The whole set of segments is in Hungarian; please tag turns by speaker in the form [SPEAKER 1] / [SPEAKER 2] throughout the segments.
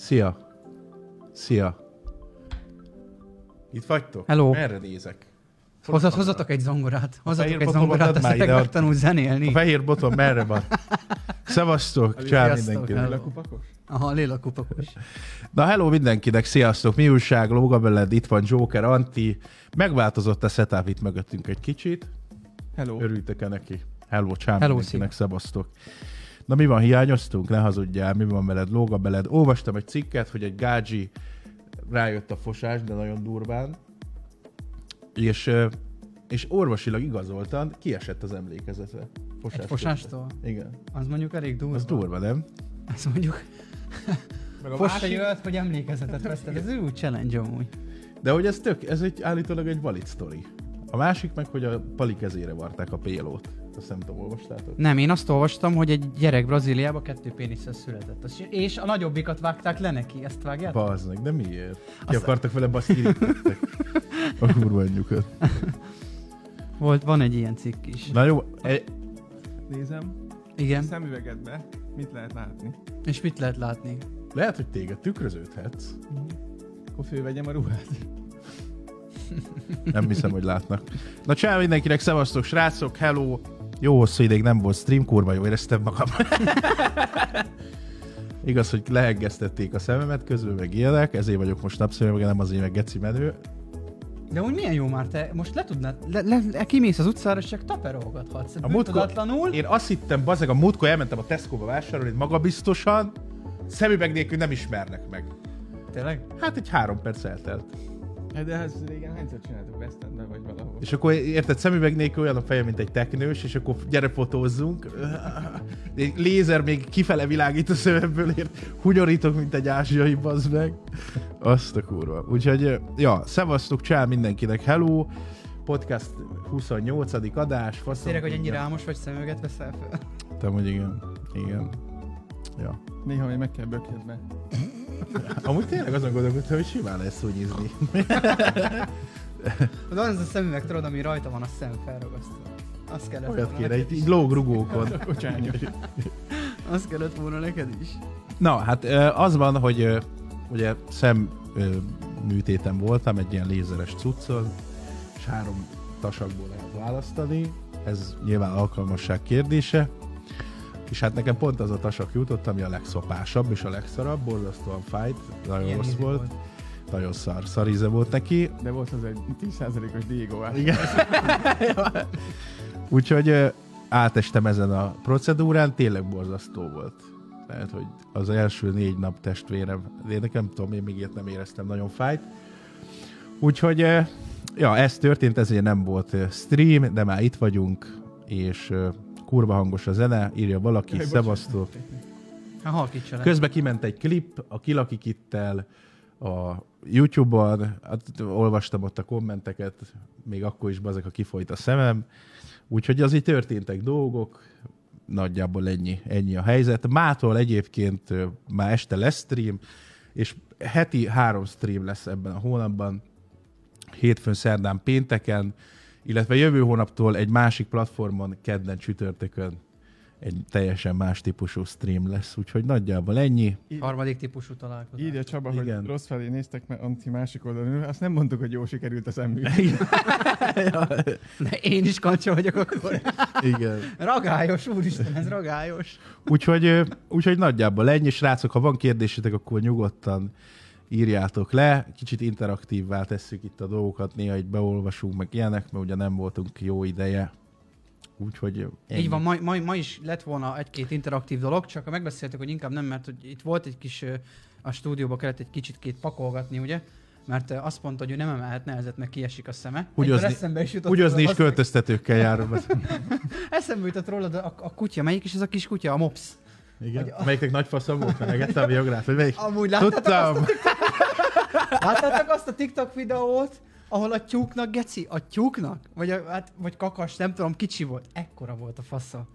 [SPEAKER 1] Szia! Szia!
[SPEAKER 2] Itt vagytok?
[SPEAKER 3] Hello.
[SPEAKER 2] Erre nézek. Hol
[SPEAKER 3] Hozott,
[SPEAKER 2] a
[SPEAKER 3] hozzatok egy zongorát.
[SPEAKER 2] fehér
[SPEAKER 3] Hozzatok egy
[SPEAKER 2] botomat add
[SPEAKER 3] zongorát,
[SPEAKER 2] már
[SPEAKER 3] aztán
[SPEAKER 2] ide,
[SPEAKER 3] meg
[SPEAKER 2] add.
[SPEAKER 3] tanul
[SPEAKER 2] A
[SPEAKER 3] zenélni.
[SPEAKER 2] fehér botom merre van? Szevasztok, csá
[SPEAKER 3] Sziasztok,
[SPEAKER 2] mindenkinek.
[SPEAKER 3] hello. Aha, lila kupakos.
[SPEAKER 2] Na, hello mindenkinek, sziasztok, mi újság, lóga veled, itt van Joker, Anti. Megváltozott a setup itt mögöttünk egy kicsit.
[SPEAKER 4] Hello.
[SPEAKER 2] Örültek-e -e neki? Hello, csá
[SPEAKER 3] Hello,
[SPEAKER 2] mindenkinek, szevasztok. Na, mi van, hiányoztunk? Ne hazudjál, mi van veled, lóga veled. Olvastam egy cikket, hogy egy gágyi rájött a fosás, de nagyon durván. És, ö, és orvosilag igazoltan kiesett az emlékezetre.
[SPEAKER 3] Egy
[SPEAKER 2] Fosástól.
[SPEAKER 3] fosástól?
[SPEAKER 2] Igen.
[SPEAKER 3] Az mondjuk elég durva.
[SPEAKER 2] Az durva, nem?
[SPEAKER 3] Az mondjuk.
[SPEAKER 4] Meg a
[SPEAKER 3] Fossa
[SPEAKER 4] másik,
[SPEAKER 3] jött, hogy emlékezetet veszted. Ez úgy challenge amúgy.
[SPEAKER 2] De hogy ez tök, ez egy állítólag egy valid sztori. A másik meg, hogy a pali kezére varták a pélót. Azt nem tudom, olvastátok?
[SPEAKER 3] Nem, én azt olvastam, hogy egy gyerek Brazíliába kettő péniszhez született. Az- És a nagyobbikat vágták le neki. Ezt vágják?
[SPEAKER 2] Bazd meg, de miért? Ki Azt akartak vele baszkírítottak a kurva anyjukat.
[SPEAKER 3] Volt, van egy ilyen cikk is.
[SPEAKER 2] Na jó, e,
[SPEAKER 4] nézem, a
[SPEAKER 3] Igen.
[SPEAKER 4] szemüvegedbe mit lehet látni?
[SPEAKER 3] És mit lehet látni?
[SPEAKER 2] lehet, hogy téged tükröződhetsz.
[SPEAKER 4] Akkor fölvegyem a ruhát.
[SPEAKER 2] Nem hiszem, hogy látnak. Na csá mindenkinek, szevasztok srácok, hello! Jó hosszú ideig nem volt stream, kurva jó éreztem magam. Igaz, hogy lehengeztették a szememet közül, meg ilyenek, ezért vagyok most napszemüvegen, nem azért meg geci menő.
[SPEAKER 3] De úgy milyen jó már te, most le tudnád, le, le, le kimész az utcára, és csak taperolgathatsz.
[SPEAKER 2] A
[SPEAKER 3] A
[SPEAKER 2] múltkor-
[SPEAKER 3] múltkor...
[SPEAKER 2] Én azt hittem, bazeg, a múltkor elmentem a Tesco-ba vásárolni, magabiztosan, szemüveg nélkül nem ismernek meg.
[SPEAKER 3] Tényleg?
[SPEAKER 2] Hát egy három perc eltelt.
[SPEAKER 4] Hát de ez régen hányszor csináltuk West Endben vagy valahol?
[SPEAKER 2] És akkor érted, szemüveg nélkül olyan a feje, mint egy teknős, és akkor gyere fotózzunk. Egy lézer még kifele világít a szememből, ért hunyorítok, mint egy ázsiai bazd meg. Azt a kurva. Úgyhogy, ja, szevasztok, csá mindenkinek, hello! Podcast 28. adás, faszom.
[SPEAKER 3] Tényleg, hogy ennyire álmos vagy szemüveget veszel fel.
[SPEAKER 2] Te hogy igen. Igen. Ja.
[SPEAKER 4] Néha még meg kell bökjedbe.
[SPEAKER 2] Amúgy tényleg azon gondolkodtam, hogy simán lesz szúnyizni.
[SPEAKER 3] Az az a szemüveg, tudod, ami rajta van a szem felragasztva. Azt kellett
[SPEAKER 2] Olyat
[SPEAKER 3] volna
[SPEAKER 2] kéne,
[SPEAKER 3] neked
[SPEAKER 2] így,
[SPEAKER 3] is.
[SPEAKER 2] így lóg rugókon.
[SPEAKER 4] Kocsányos.
[SPEAKER 3] Azt kellett volna neked is.
[SPEAKER 2] Na, hát ö, az van, hogy ö, ugye szem ö, műtéten voltam, egy ilyen lézeres cuccon, és három tasakból lehet választani. Ez nyilván alkalmasság kérdése. És hát nekem pont az a tasak jutott, ami a legszopásabb és a legszarabb, borzasztóan fájt, nagyon
[SPEAKER 3] Ilyen
[SPEAKER 2] rossz
[SPEAKER 3] ízű
[SPEAKER 2] volt,
[SPEAKER 3] volt.
[SPEAKER 2] nagyon szar, szar íze volt neki,
[SPEAKER 4] De volt az egy 10%-os Diego át.
[SPEAKER 2] Igen. Úgyhogy ö, átestem ezen a procedúrán, tényleg borzasztó volt. Lehet, hogy az első négy nap testvérem, én nekem tudom, én még ilyet nem éreztem, nagyon fájt. Úgyhogy, ö, ja, ez történt, ezért nem volt ö, stream, de már itt vagyunk, és ö, kurva hangos a zene, írja valaki,
[SPEAKER 4] Jaj, bocsánat.
[SPEAKER 2] szevasztok.
[SPEAKER 3] Hát halkítsa le.
[SPEAKER 2] Közben kiment egy klip a Kilakikittel a YouTube-on, hát, olvastam ott a kommenteket, még akkor is bazeg, ha kifolyt a szemem. Úgyhogy az így történtek dolgok, nagyjából ennyi, ennyi a helyzet. Mától egyébként ö, már este lesz stream, és heti három stream lesz ebben a hónapban, hétfőn, szerdán, pénteken, illetve jövő hónaptól egy másik platformon, kedden, csütörtökön egy teljesen más típusú stream lesz, úgyhogy nagyjából ennyi.
[SPEAKER 3] Harmadik típusú találkozás.
[SPEAKER 4] Írja Csaba, hogy
[SPEAKER 2] Igen.
[SPEAKER 4] rossz felé néztek, mert Anti másik oldalon ül. Azt nem mondtuk, hogy jó sikerült a szemű.
[SPEAKER 3] De én is kancsa vagyok akkor.
[SPEAKER 2] Igen.
[SPEAKER 3] Ragályos, úristen, ez ragályos.
[SPEAKER 2] Úgyhogy, ö, úgyhogy nagyjából ennyi, srácok, ha van kérdésetek, akkor nyugodtan írjátok le, kicsit interaktívvá tesszük itt a dolgokat, néha egy beolvasunk, meg ilyenek, mert ugye nem voltunk jó ideje. Úgyhogy ö, ennyi.
[SPEAKER 3] Így van, ma, ma, ma is lett volna egy-két interaktív dolog, csak megbeszéltük, hogy inkább nem, mert hogy itt volt egy kis, ö, a stúdióba kellett egy kicsit két pakolgatni, ugye? Mert ö, azt mondta, hogy ő nem emelhet nehezet, mert kiesik a szeme.
[SPEAKER 2] Ugyozni-
[SPEAKER 3] Egyből eszembe is jutott.
[SPEAKER 2] Ugyozni is
[SPEAKER 3] az- az-
[SPEAKER 2] költöztetőkkel járom.
[SPEAKER 3] Eszembe jutott rólad a, a kutya, melyik is ez a kis kutya, a mops.
[SPEAKER 2] Igen. Melyiknek nagy faszom volt, mert megettem a jográt, vagy melyik?
[SPEAKER 3] Amúgy láttátok
[SPEAKER 2] Tudtam. Hát-
[SPEAKER 3] Láttátok azt a TikTok videót, ahol a tyúknak, geci, a tyúknak, vagy, a, hát, vagy kakas, nem tudom, kicsi volt. Ekkora volt a fasza.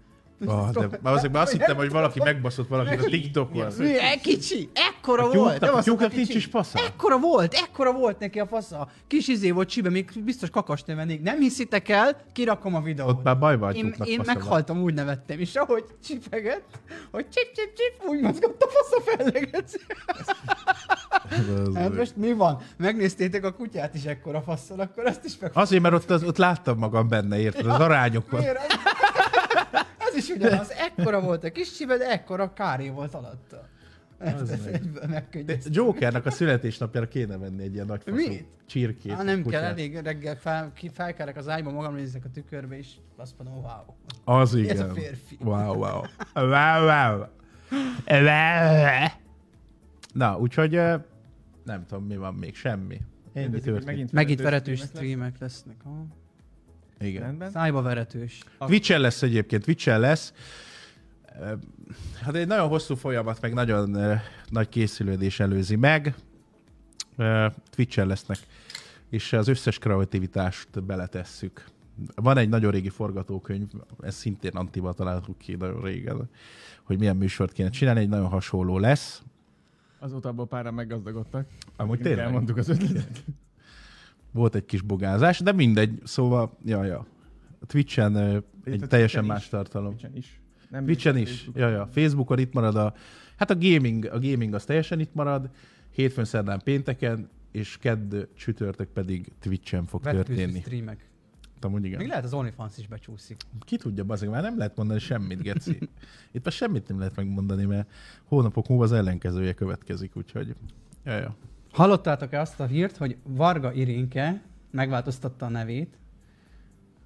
[SPEAKER 2] Ah, de már azért már azt hittem, hogy valaki megbaszott valakit a TikTokon.
[SPEAKER 3] Mi, e, kicsi, ekkora
[SPEAKER 2] A
[SPEAKER 3] volt.
[SPEAKER 2] tyúknak-
[SPEAKER 3] nem
[SPEAKER 2] a
[SPEAKER 3] azt
[SPEAKER 2] tyúknak
[SPEAKER 3] mondta,
[SPEAKER 2] nincs
[SPEAKER 3] kicsi.
[SPEAKER 2] is fasza.
[SPEAKER 3] Ekkora volt, ekkora volt neki a fasza. Kis izé volt csibe, még biztos kakas nevenék. Nem hiszitek el, kirakom a videót.
[SPEAKER 2] Ott már baj van,
[SPEAKER 3] én,
[SPEAKER 2] tyúknak
[SPEAKER 3] én
[SPEAKER 2] fasza van.
[SPEAKER 3] meghaltam, úgy nevettem, és ahogy csipegett, hogy csip, csip, csip, úgy mozgott a fasz a felleget.
[SPEAKER 2] az
[SPEAKER 3] Hát most mi van? Megnéztétek a kutyát is ekkora faszon, akkor azt is meg...
[SPEAKER 2] Azért, mert ott, az, ott láttam magam benne, érted? Az arányok van.
[SPEAKER 3] Miért? Az- Az is ugyanaz. Ekkora volt a kis csibe, de ekkora káré volt alatta.
[SPEAKER 2] Az meg. De
[SPEAKER 3] Megkönnyeztem.
[SPEAKER 2] Jokernek a születésnapjára kéne venni egy ilyen nagy faszú
[SPEAKER 3] Mit?
[SPEAKER 2] csirkét.
[SPEAKER 3] Hát nem
[SPEAKER 2] kutyát.
[SPEAKER 3] kell, elég reggel fel, ki, felkelek az ágyba, magam nézek a tükörbe, és azt mondom, wow.
[SPEAKER 2] Az
[SPEAKER 3] a
[SPEAKER 2] igen.
[SPEAKER 3] férfi?
[SPEAKER 2] Wow, wow. Wow, wow. Wow. Na, úgyhogy eh, nem tudom, mi van még, semmi. Ennyi
[SPEAKER 4] Kérdezik, hogy
[SPEAKER 2] történt.
[SPEAKER 3] Megint
[SPEAKER 4] veretős
[SPEAKER 3] veretős streamek lesznek. Ha?
[SPEAKER 2] Igen.
[SPEAKER 4] Rendben.
[SPEAKER 3] Szájba veretős.
[SPEAKER 2] Twitch-en lesz egyébként, Twitch-en lesz. Ö, Hát egy nagyon hosszú folyamat, meg nagyon ö, nagy készülődés előzi meg. Ö, Twitch-en lesznek, és az összes kreativitást beletesszük. Van egy nagyon régi forgatókönyv, ez szintén Antiba találtuk ki nagyon régen, hogy milyen műsort kéne csinálni, egy nagyon hasonló lesz.
[SPEAKER 4] Azóta abból páran meggazdagodtak.
[SPEAKER 2] Amúgy
[SPEAKER 4] Nekünk
[SPEAKER 2] tényleg
[SPEAKER 4] Elmondtuk az ötletet.
[SPEAKER 2] volt egy kis bogázás, de mindegy, szóval, ja, ja. A Twitch-en ö, egy
[SPEAKER 4] Twitchen
[SPEAKER 2] teljesen
[SPEAKER 4] is.
[SPEAKER 2] más tartalom.
[SPEAKER 4] Twitchen is. Nem
[SPEAKER 2] Twitchen
[SPEAKER 4] néztem
[SPEAKER 2] is.
[SPEAKER 4] Facebookon.
[SPEAKER 2] Ja, ja. Facebookon itt marad a... Hát a gaming, a gaming az teljesen itt marad. Hétfőn, szerdán, pénteken, és kedd, csütörtök pedig Twitchen fog
[SPEAKER 3] Veretős
[SPEAKER 2] történni.
[SPEAKER 3] streamek.
[SPEAKER 2] Amúgy
[SPEAKER 3] Még
[SPEAKER 2] igen.
[SPEAKER 3] lehet az OnlyFans is becsúszik.
[SPEAKER 2] Ki tudja, bazeg, már nem lehet mondani semmit, Geci. Itt már semmit nem lehet megmondani, mert hónapok múlva az ellenkezője következik, úgyhogy... Ja, ja.
[SPEAKER 3] Hallottátok-e azt a hírt, hogy Varga Irinke megváltoztatta a nevét?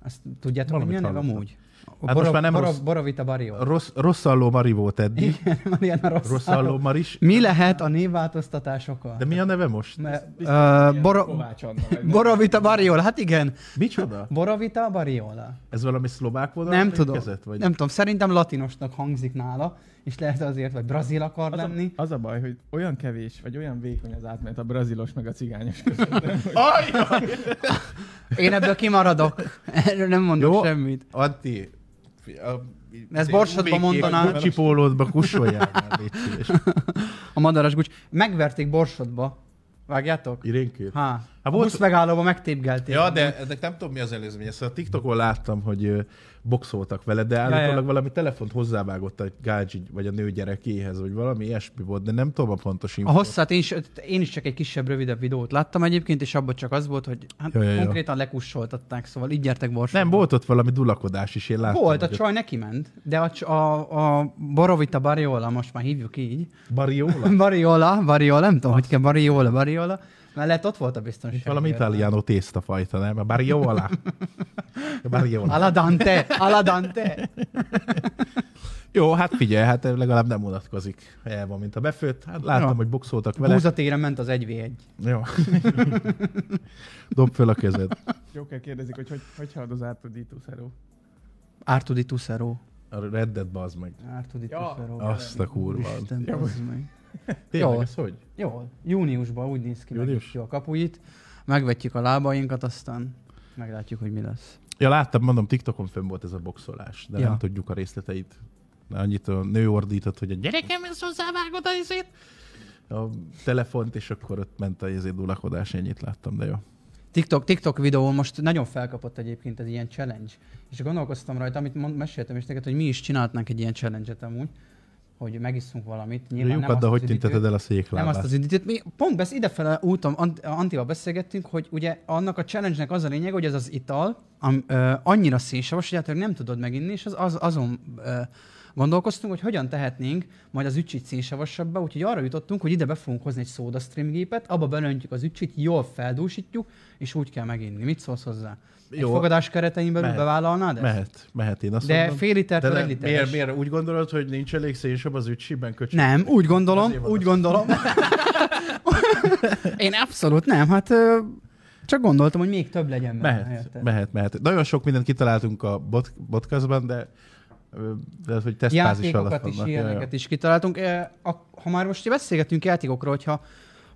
[SPEAKER 3] Azt tudjátok, hogy
[SPEAKER 2] Valamit
[SPEAKER 3] mi a neve
[SPEAKER 2] hallottam. Hát
[SPEAKER 3] amúgy?
[SPEAKER 2] most már nem rossz.
[SPEAKER 3] Borovita Barrio.
[SPEAKER 2] Rossz, rosszalló Mari volt eddig.
[SPEAKER 3] Mariana rossz.
[SPEAKER 2] Rosszalló Maris.
[SPEAKER 3] Mi lehet a névváltoztatásokkal?
[SPEAKER 2] De mi a neve most?
[SPEAKER 3] Me,
[SPEAKER 4] Biztos, hogy
[SPEAKER 3] uh,
[SPEAKER 4] ilyen
[SPEAKER 3] Boro,
[SPEAKER 4] Kovács Anna vagy nem.
[SPEAKER 3] Borovita Bariola, hát igen.
[SPEAKER 2] Micsoda?
[SPEAKER 3] Borovita Bariola.
[SPEAKER 2] Ez valami szlovák volt?
[SPEAKER 3] Nem tudom.
[SPEAKER 2] Vagy...
[SPEAKER 3] Nem tudom, szerintem latinosnak hangzik nála, és lehet azért, vagy brazil akar
[SPEAKER 4] Az a,
[SPEAKER 3] lenni.
[SPEAKER 4] az a baj, hogy olyan kevés, vagy olyan vékony az átmenet a brazilos meg a cigányos között.
[SPEAKER 3] Én ebből kimaradok. Erről nem mondok
[SPEAKER 2] Jó.
[SPEAKER 3] semmit.
[SPEAKER 2] Anti, a,
[SPEAKER 3] Ezt borsodba mondanád.
[SPEAKER 2] Gucci pólódba kussoljál már, légy szíves.
[SPEAKER 3] A madaras gucs. Megverték borsodba. Vágjátok?
[SPEAKER 2] Irénkét?
[SPEAKER 3] Há, hát a
[SPEAKER 2] volt-
[SPEAKER 3] busz megállóba megtépgelték.
[SPEAKER 2] Ja, de ennek nem tudom, mi az előzménye. Szóval a TikTokon láttam, hogy ö, boxoltak vele, de
[SPEAKER 3] ja.
[SPEAKER 2] állítólag valami telefont hozzávágott a gácsi, vagy a nő gyerekéhez, vagy valami ilyesmi volt, de nem tudom a pontos info.
[SPEAKER 3] A hosszát én is, én is csak egy kisebb, rövidebb videót láttam egyébként, és abban csak az volt, hogy hát
[SPEAKER 2] Ja, ja, ja.
[SPEAKER 3] konkrétan lekussoltatták, szóval így gyertek borsodba.
[SPEAKER 2] Nem, volt ott valami dulakodás is, én láttam.
[SPEAKER 3] Volt, a
[SPEAKER 2] hogy ott-
[SPEAKER 3] csaj neki ment, de a, cs- a, a Borovita Bariola, most már hívjuk így.
[SPEAKER 2] Bariola?
[SPEAKER 3] Bariola, Bariola, nem tudom, hogy kell Bariola, Bariola. Mellett ott volt a biztonság.
[SPEAKER 2] Valami italiano tésztafajta, nem? A Bariola. A Bariola.
[SPEAKER 3] Ala Dante, ala Dante.
[SPEAKER 2] Jó, hát figyelj, hát legalább nem unatkozik. El van, mint a befőtt. Hát láttam,
[SPEAKER 3] Ja.
[SPEAKER 2] hogy boxoltak vele.
[SPEAKER 3] Búzatéren ment az 1v1.
[SPEAKER 2] Jó. Dob föl a kezed.
[SPEAKER 4] Joker kérdezik, hogy hogy, hogy halad az Arthur d
[SPEAKER 3] Ártudi Tuszeró.
[SPEAKER 2] A Red Dead bazd meg.
[SPEAKER 3] Ártudi
[SPEAKER 4] Ja.
[SPEAKER 3] Tuszeró.
[SPEAKER 2] Azt a kurva.
[SPEAKER 3] Isten,
[SPEAKER 4] Jó.
[SPEAKER 3] bazd meg.
[SPEAKER 2] Tényleg,
[SPEAKER 3] Jó.
[SPEAKER 2] ez hogy?
[SPEAKER 3] Jó, júniusban úgy néz ki,
[SPEAKER 2] Június?
[SPEAKER 3] megnyitjuk a kapuit, megvetjük a lábainkat, aztán meglátjuk, hogy mi lesz.
[SPEAKER 2] Ja, láttam, mondom, TikTokon fönn volt ez a boxolás, de
[SPEAKER 3] Ja.
[SPEAKER 2] nem tudjuk a részleteit. De Annyit a nő ordított, hogy a gyerekem ez hozzávágod a izét. A telefont, és akkor ott ment a izét dulakodás, ennyit láttam, de jó.
[SPEAKER 3] TikTok, TikTok videó most nagyon felkapott egyébként ez ilyen challenge. És gondolkoztam rajta, amit mond, meséltem is neked, hogy mi is csináltnánk egy ilyen challenge-et amúgy, hogy megiszunk valamit. Nyilván
[SPEAKER 2] Jókat, de
[SPEAKER 3] az
[SPEAKER 2] hogy
[SPEAKER 3] üdítő-
[SPEAKER 2] tünteted el a
[SPEAKER 3] Nem azt
[SPEAKER 2] széklábát?
[SPEAKER 3] az üdítőt. Mi pont besz, idefele úton Ant- Antival beszélgettünk, hogy ugye annak a challenge-nek az a lényeg, hogy ez az ital am, ö, annyira szénsavas, hogy általában nem tudod meginni, és az, az, azon ö, gondolkoztunk, hogy hogyan tehetnénk majd az ücsit szénsavasabbá, úgyhogy arra jutottunk, hogy ide be fogunk hozni egy szódasztream gépet, abba belöntjük az ücsit, jól feldúsítjuk, és úgy kell meginni. Mit szólsz hozzá? Jó.
[SPEAKER 2] Jó.
[SPEAKER 3] Egy fogadás keretein belül
[SPEAKER 2] Mehet.
[SPEAKER 3] bevállalnád ezt?
[SPEAKER 2] Mehet, mehet, én azt
[SPEAKER 3] De
[SPEAKER 2] mondom.
[SPEAKER 3] fél litertől
[SPEAKER 2] ne-
[SPEAKER 3] egy
[SPEAKER 2] miért,
[SPEAKER 3] literes.
[SPEAKER 2] miért? Úgy gondolod, hogy nincs elég szénsabb az ücsiben köcsög?
[SPEAKER 3] Nem, úgy gondolom,
[SPEAKER 2] Azért van
[SPEAKER 3] úgy
[SPEAKER 2] az.
[SPEAKER 3] gondolom. Én abszolút nem, hát ö, csak gondoltam, hogy még több legyen benne.
[SPEAKER 2] Mehet,
[SPEAKER 3] érted?
[SPEAKER 2] mehet, mehet. Nagyon sok mindent kitaláltunk a bot, podcastban, de, ö, de az, hogy tesztfázis alatt
[SPEAKER 3] Játékokat is,
[SPEAKER 2] vannak.
[SPEAKER 3] ilyeneket is kitaláltunk. Ö, a- Ha már most beszélgetünk játékokról, hogyha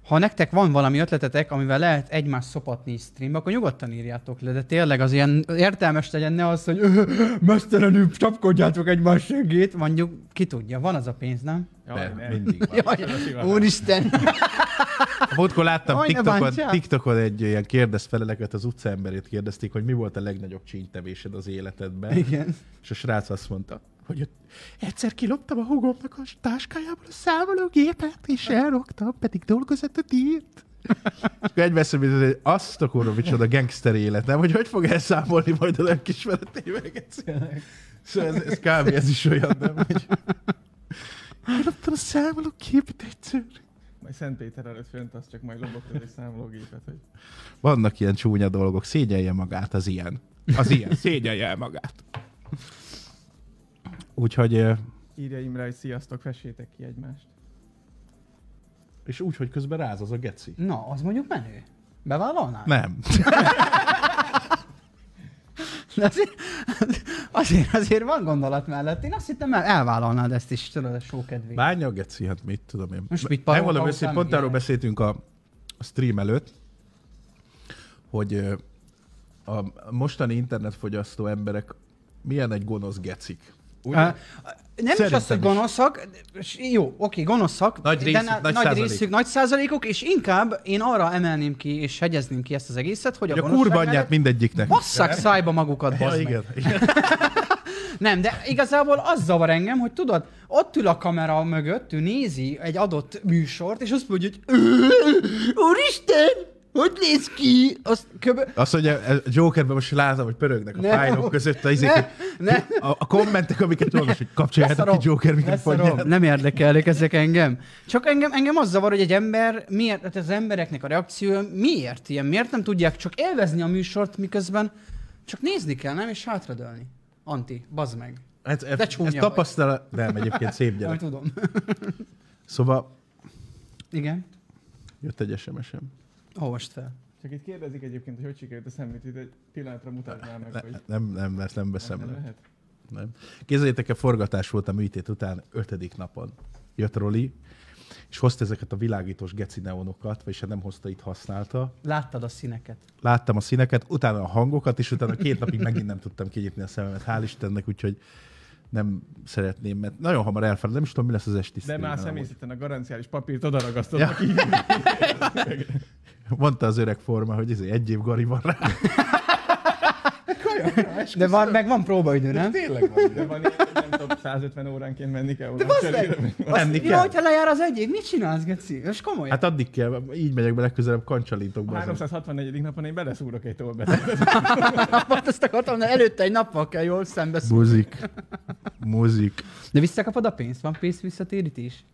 [SPEAKER 3] ha nektek van valami ötletetek, amivel lehet egymást szopatni streambe, akkor nyugodtan írjátok le, de tényleg az ilyen értelmes legyen, ne az, hogy ö, mesztelenül csapkodjátok egymás segít, mondjuk ki tudja, van az a pénz, nem?
[SPEAKER 2] Ja, ja. De, mindig van.
[SPEAKER 3] Jaj, úristen!
[SPEAKER 2] A múltkor láttam
[SPEAKER 3] Aj, ne
[SPEAKER 2] TikTokon,
[SPEAKER 3] bántsál.
[SPEAKER 2] TikTokon egy ilyen kérdezfeleleket, az utcaemberét kérdezték, hogy mi volt a legnagyobb csíntevésed az életedben.
[SPEAKER 3] Igen.
[SPEAKER 2] És a srác azt mondta, hogy egyszer kiloptam a hugomnak a táskájából a számológépet, és elrogtam, pedig dolgozott a díjért. És akkor egybeszélve, hogy azt a kurva, micsoda gangster élet, nem? Hogy hogy fog elszámolni majd a nem kismeret éveket? Szóval ez, ez kb. ez is olyan, nem? Hogy... Kiloptam a számológépet egyszer.
[SPEAKER 4] Majd Szent Péter előtt fönt, az csak majd lobogtad egy számológépet, hogy
[SPEAKER 2] Vannak ilyen csúnya dolgok, szégyelje magát az ilyen. Az ilyen, szégyelje el magát. Úgyhogy, ö,
[SPEAKER 4] írja Imre, hogy sziasztok, fessétek ki egymást.
[SPEAKER 2] és úgy, hogy közben ráz az a geci.
[SPEAKER 3] Na, az mondjuk menő. Bevállalnál?
[SPEAKER 2] Nem.
[SPEAKER 3] De azért, azért, azért van gondolat mellett. Én azt hittem, el, elvállalnád ezt is, tudod, a show kedvéért.
[SPEAKER 2] Bánja a geci, hát mit tudom én.
[SPEAKER 3] Most mit parol-
[SPEAKER 2] Megmondom
[SPEAKER 3] parol-
[SPEAKER 2] őszintén,
[SPEAKER 3] számít
[SPEAKER 2] pont arról
[SPEAKER 3] ilyenek?
[SPEAKER 2] beszéltünk a, a stream előtt, hogy ö, a mostani internetfogyasztó emberek milyen egy gonosz gecik. Ugye?
[SPEAKER 3] Á, Nem is
[SPEAKER 2] Szerintem
[SPEAKER 3] azt, hogy
[SPEAKER 2] is.
[SPEAKER 3] gonoszak, s- jó, oké, gonoszak,
[SPEAKER 2] Nagy részük,
[SPEAKER 3] na-
[SPEAKER 2] nagy
[SPEAKER 3] nagy,
[SPEAKER 2] százalék.
[SPEAKER 3] részük, nagy százalékok, és inkább én arra emelném ki és hegyezném ki ezt az egészet, hogy a,
[SPEAKER 2] Hogy a
[SPEAKER 3] gonoszság
[SPEAKER 2] kurva anyját
[SPEAKER 3] mellett
[SPEAKER 2] mindegyiknek.
[SPEAKER 3] Basszák szájba magukat,
[SPEAKER 2] Ja,
[SPEAKER 3] bazd meg.
[SPEAKER 2] igen, igen.
[SPEAKER 3] Nem, de igazából az zavar engem, hogy tudod, ott ül a kamera mögött, ő nézi egy adott műsort, és azt mondja, hogy "Ö, Úristen, hogy néz ki? Azt köbö...
[SPEAKER 2] Azt mondja, ez- Jokerben most látom, hogy pörögnek a
[SPEAKER 3] Nem.
[SPEAKER 2] fájlok között a, izék,
[SPEAKER 3] Ne,
[SPEAKER 2] hogy-
[SPEAKER 3] ne.
[SPEAKER 2] a, a kommentek, amiket olvas, hogy kapcsoljátok ki
[SPEAKER 3] Leszarom,
[SPEAKER 2] Joker
[SPEAKER 3] leszarom.
[SPEAKER 2] mikrofonját.
[SPEAKER 3] Nem érdekelnek ezek engem. Csak engem, engem az zavar, hogy egy ember, miért, hát az embereknek a reakció miért ilyen, miért nem tudják csak élvezni a műsort, miközben csak nézni kell, nem? És hátradőlni. Anti, bazd meg.
[SPEAKER 2] Ez, Hát ez,
[SPEAKER 3] De
[SPEAKER 2] ez
[SPEAKER 3] csúnya vagy.
[SPEAKER 2] tapasztalat... Nem, egyébként szép
[SPEAKER 3] Nem
[SPEAKER 2] gyerek.
[SPEAKER 3] tudom.
[SPEAKER 2] Szóval
[SPEAKER 3] Igen.
[SPEAKER 2] jött egy SMS-em.
[SPEAKER 3] Olvasd fel.
[SPEAKER 4] Csak itt kérdezik egyébként, hogy hogy sikerült a szemlítőt, egy pillanatra mutatnál meg, hogy
[SPEAKER 2] Nem, nem, ezt nem veszem
[SPEAKER 4] nem
[SPEAKER 2] le.
[SPEAKER 4] lehet.
[SPEAKER 2] Nem. Képzeljétek el, forgatás volt a műtét után ötödik napon. Jött Roli, és hozta ezeket a világítós geci neonokat, vagyis ha nem hozta, itt használta.
[SPEAKER 3] Láttad a színeket.
[SPEAKER 2] Láttam a színeket, utána a hangokat, és utána két napig megint nem tudtam kinyitni a szememet. Hál' Istennek, úgyhogy nem szeretném, mert nagyon hamar elfeled, nem is tudom, mi lesz az esti
[SPEAKER 4] De már
[SPEAKER 2] streamen amúgy.
[SPEAKER 4] személyzeten a garanciális papírt odaragasztod.
[SPEAKER 2] Ja. Mondta az öreg forma, hogy izé, egy év gari van rá.
[SPEAKER 3] De van, meg van próbaidő, nem?
[SPEAKER 2] Tényleg van.
[SPEAKER 4] De van ilyen, hogy nem tudom, 150 óránként menni kell. De
[SPEAKER 3] bazd meg!
[SPEAKER 2] Menni
[SPEAKER 3] Ja,
[SPEAKER 2] kell.
[SPEAKER 3] hogyha lejár az egyik, mit csinálsz, Geci? És komolyan. Hát,
[SPEAKER 2] Hát addig kell, így megyek be legközelebb
[SPEAKER 4] A
[SPEAKER 2] kancsalintokba.
[SPEAKER 4] 364. napon én beleszúrok egy tolbetet.
[SPEAKER 3] hát ezt akartam, de előtte egy nappal kell jól szembeszúrni.
[SPEAKER 2] Muzik. Muzik.
[SPEAKER 3] De visszakapod a pénzt? Van pénz visszatérítés?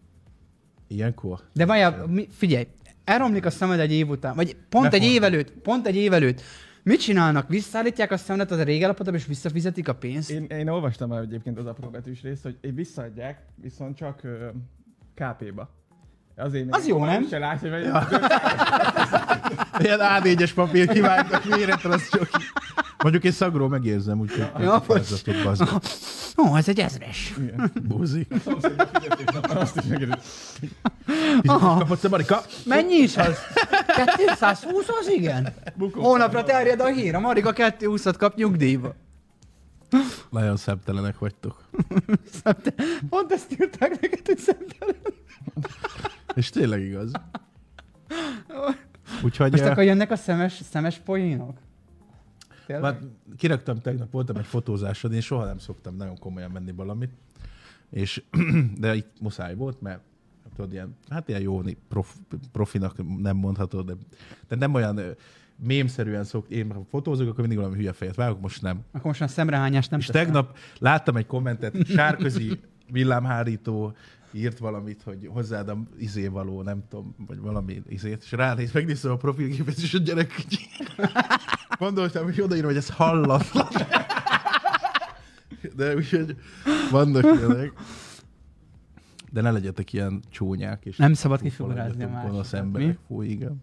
[SPEAKER 2] Ilyenkor?
[SPEAKER 3] De várjál, mi, figyelj, elromlik a szemed egy év után, vagy pont
[SPEAKER 2] Ne
[SPEAKER 3] egy év
[SPEAKER 2] fordul.
[SPEAKER 3] előtt, pont egy év előtt. Mit csinálnak? Visszaállítják a szemedet az a régi állapotba, és visszafizetik a pénzt?
[SPEAKER 4] Én, én olvastam már egyébként az apró betűs részt, hogy így visszaadják, viszont csak ö, KP-ba. Azért még
[SPEAKER 3] Az jó, nem?
[SPEAKER 4] Se látja, hogy
[SPEAKER 2] Ilyen A4-es papír kivágtak, méretre az csak. Mondjuk én szagról megérzem, úgyhogy
[SPEAKER 3] Ja,
[SPEAKER 2] ja, ez a
[SPEAKER 3] Ó, ez egy ezres.
[SPEAKER 2] Mm. Buzik.
[SPEAKER 4] szomszédban fizetésnapon azt is megérő.
[SPEAKER 3] Aha.
[SPEAKER 2] Kapott a Marika?
[SPEAKER 3] Mennyi is az? 220 az igen?
[SPEAKER 4] Bukó.
[SPEAKER 3] Holnapra terjed a hír, a Marika 220-at kap nyugdíjba.
[SPEAKER 2] Nagyon szemtelenek vagytok.
[SPEAKER 3] Szóval Pont ezt írták neked, hogy szemtelen.
[SPEAKER 2] És tényleg igaz. Úgyhogy...
[SPEAKER 3] Most
[SPEAKER 2] eh,
[SPEAKER 3] akkor jönnek a szemes, szemes poénok?
[SPEAKER 2] Már kiraktam tegnap, voltam egy fotózáson, én soha nem szoktam nagyon komolyan menni valamit, és de itt muszáj volt, mert tudod, ilyen, hát ilyen jó ni- prof, profinak nem mondható, de, de nem olyan ö, mémszerűen szok, én ha fotózok, akkor mindig valami hülye fejet vágok, most nem.
[SPEAKER 3] Akkor most már szemrehányást nem
[SPEAKER 2] És
[SPEAKER 3] teszem.
[SPEAKER 2] tegnap láttam egy kommentet, sárközi villámhárító írt valamit, hogy hozzád a izé való, nem tudom, vagy valami izét, és ránéz, megnézem a profilképet, és a gyerek így- gondoltam, hogy odaírom, hogy ez hallatlan. De úgyhogy vannak ilyenek. De ne legyetek ilyen csónyák. És
[SPEAKER 3] Nem szabad
[SPEAKER 2] csúfolódjatok
[SPEAKER 3] kifigurázni a másikat,
[SPEAKER 2] Gonosz
[SPEAKER 3] mi?
[SPEAKER 2] emberek. Fú, igen.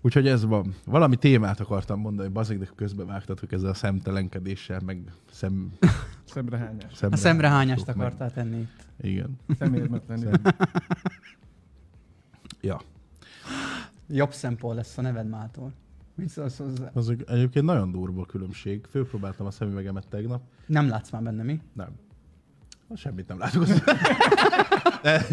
[SPEAKER 2] Úgyhogy ez van. Valami témát akartam mondani, bazeg, de közbe vágtatok ezzel a szemtelenkedéssel, meg szem,
[SPEAKER 4] Szemrehányás.
[SPEAKER 2] szemre
[SPEAKER 3] A szemrehányást
[SPEAKER 2] meg.
[SPEAKER 3] akartál tenni itt.
[SPEAKER 2] Igen.
[SPEAKER 4] Szemérmetlenül.
[SPEAKER 2] Szem... ja.
[SPEAKER 3] Jobb szempol lesz a neved mától. Mit szólsz hozzá?
[SPEAKER 2] Azok egyébként nagyon durva a különbség. Fölpróbáltam a szemüvegemet tegnap,
[SPEAKER 3] Nem látsz már benne, mi?
[SPEAKER 2] Nem. Na, Semmit nem látok. De...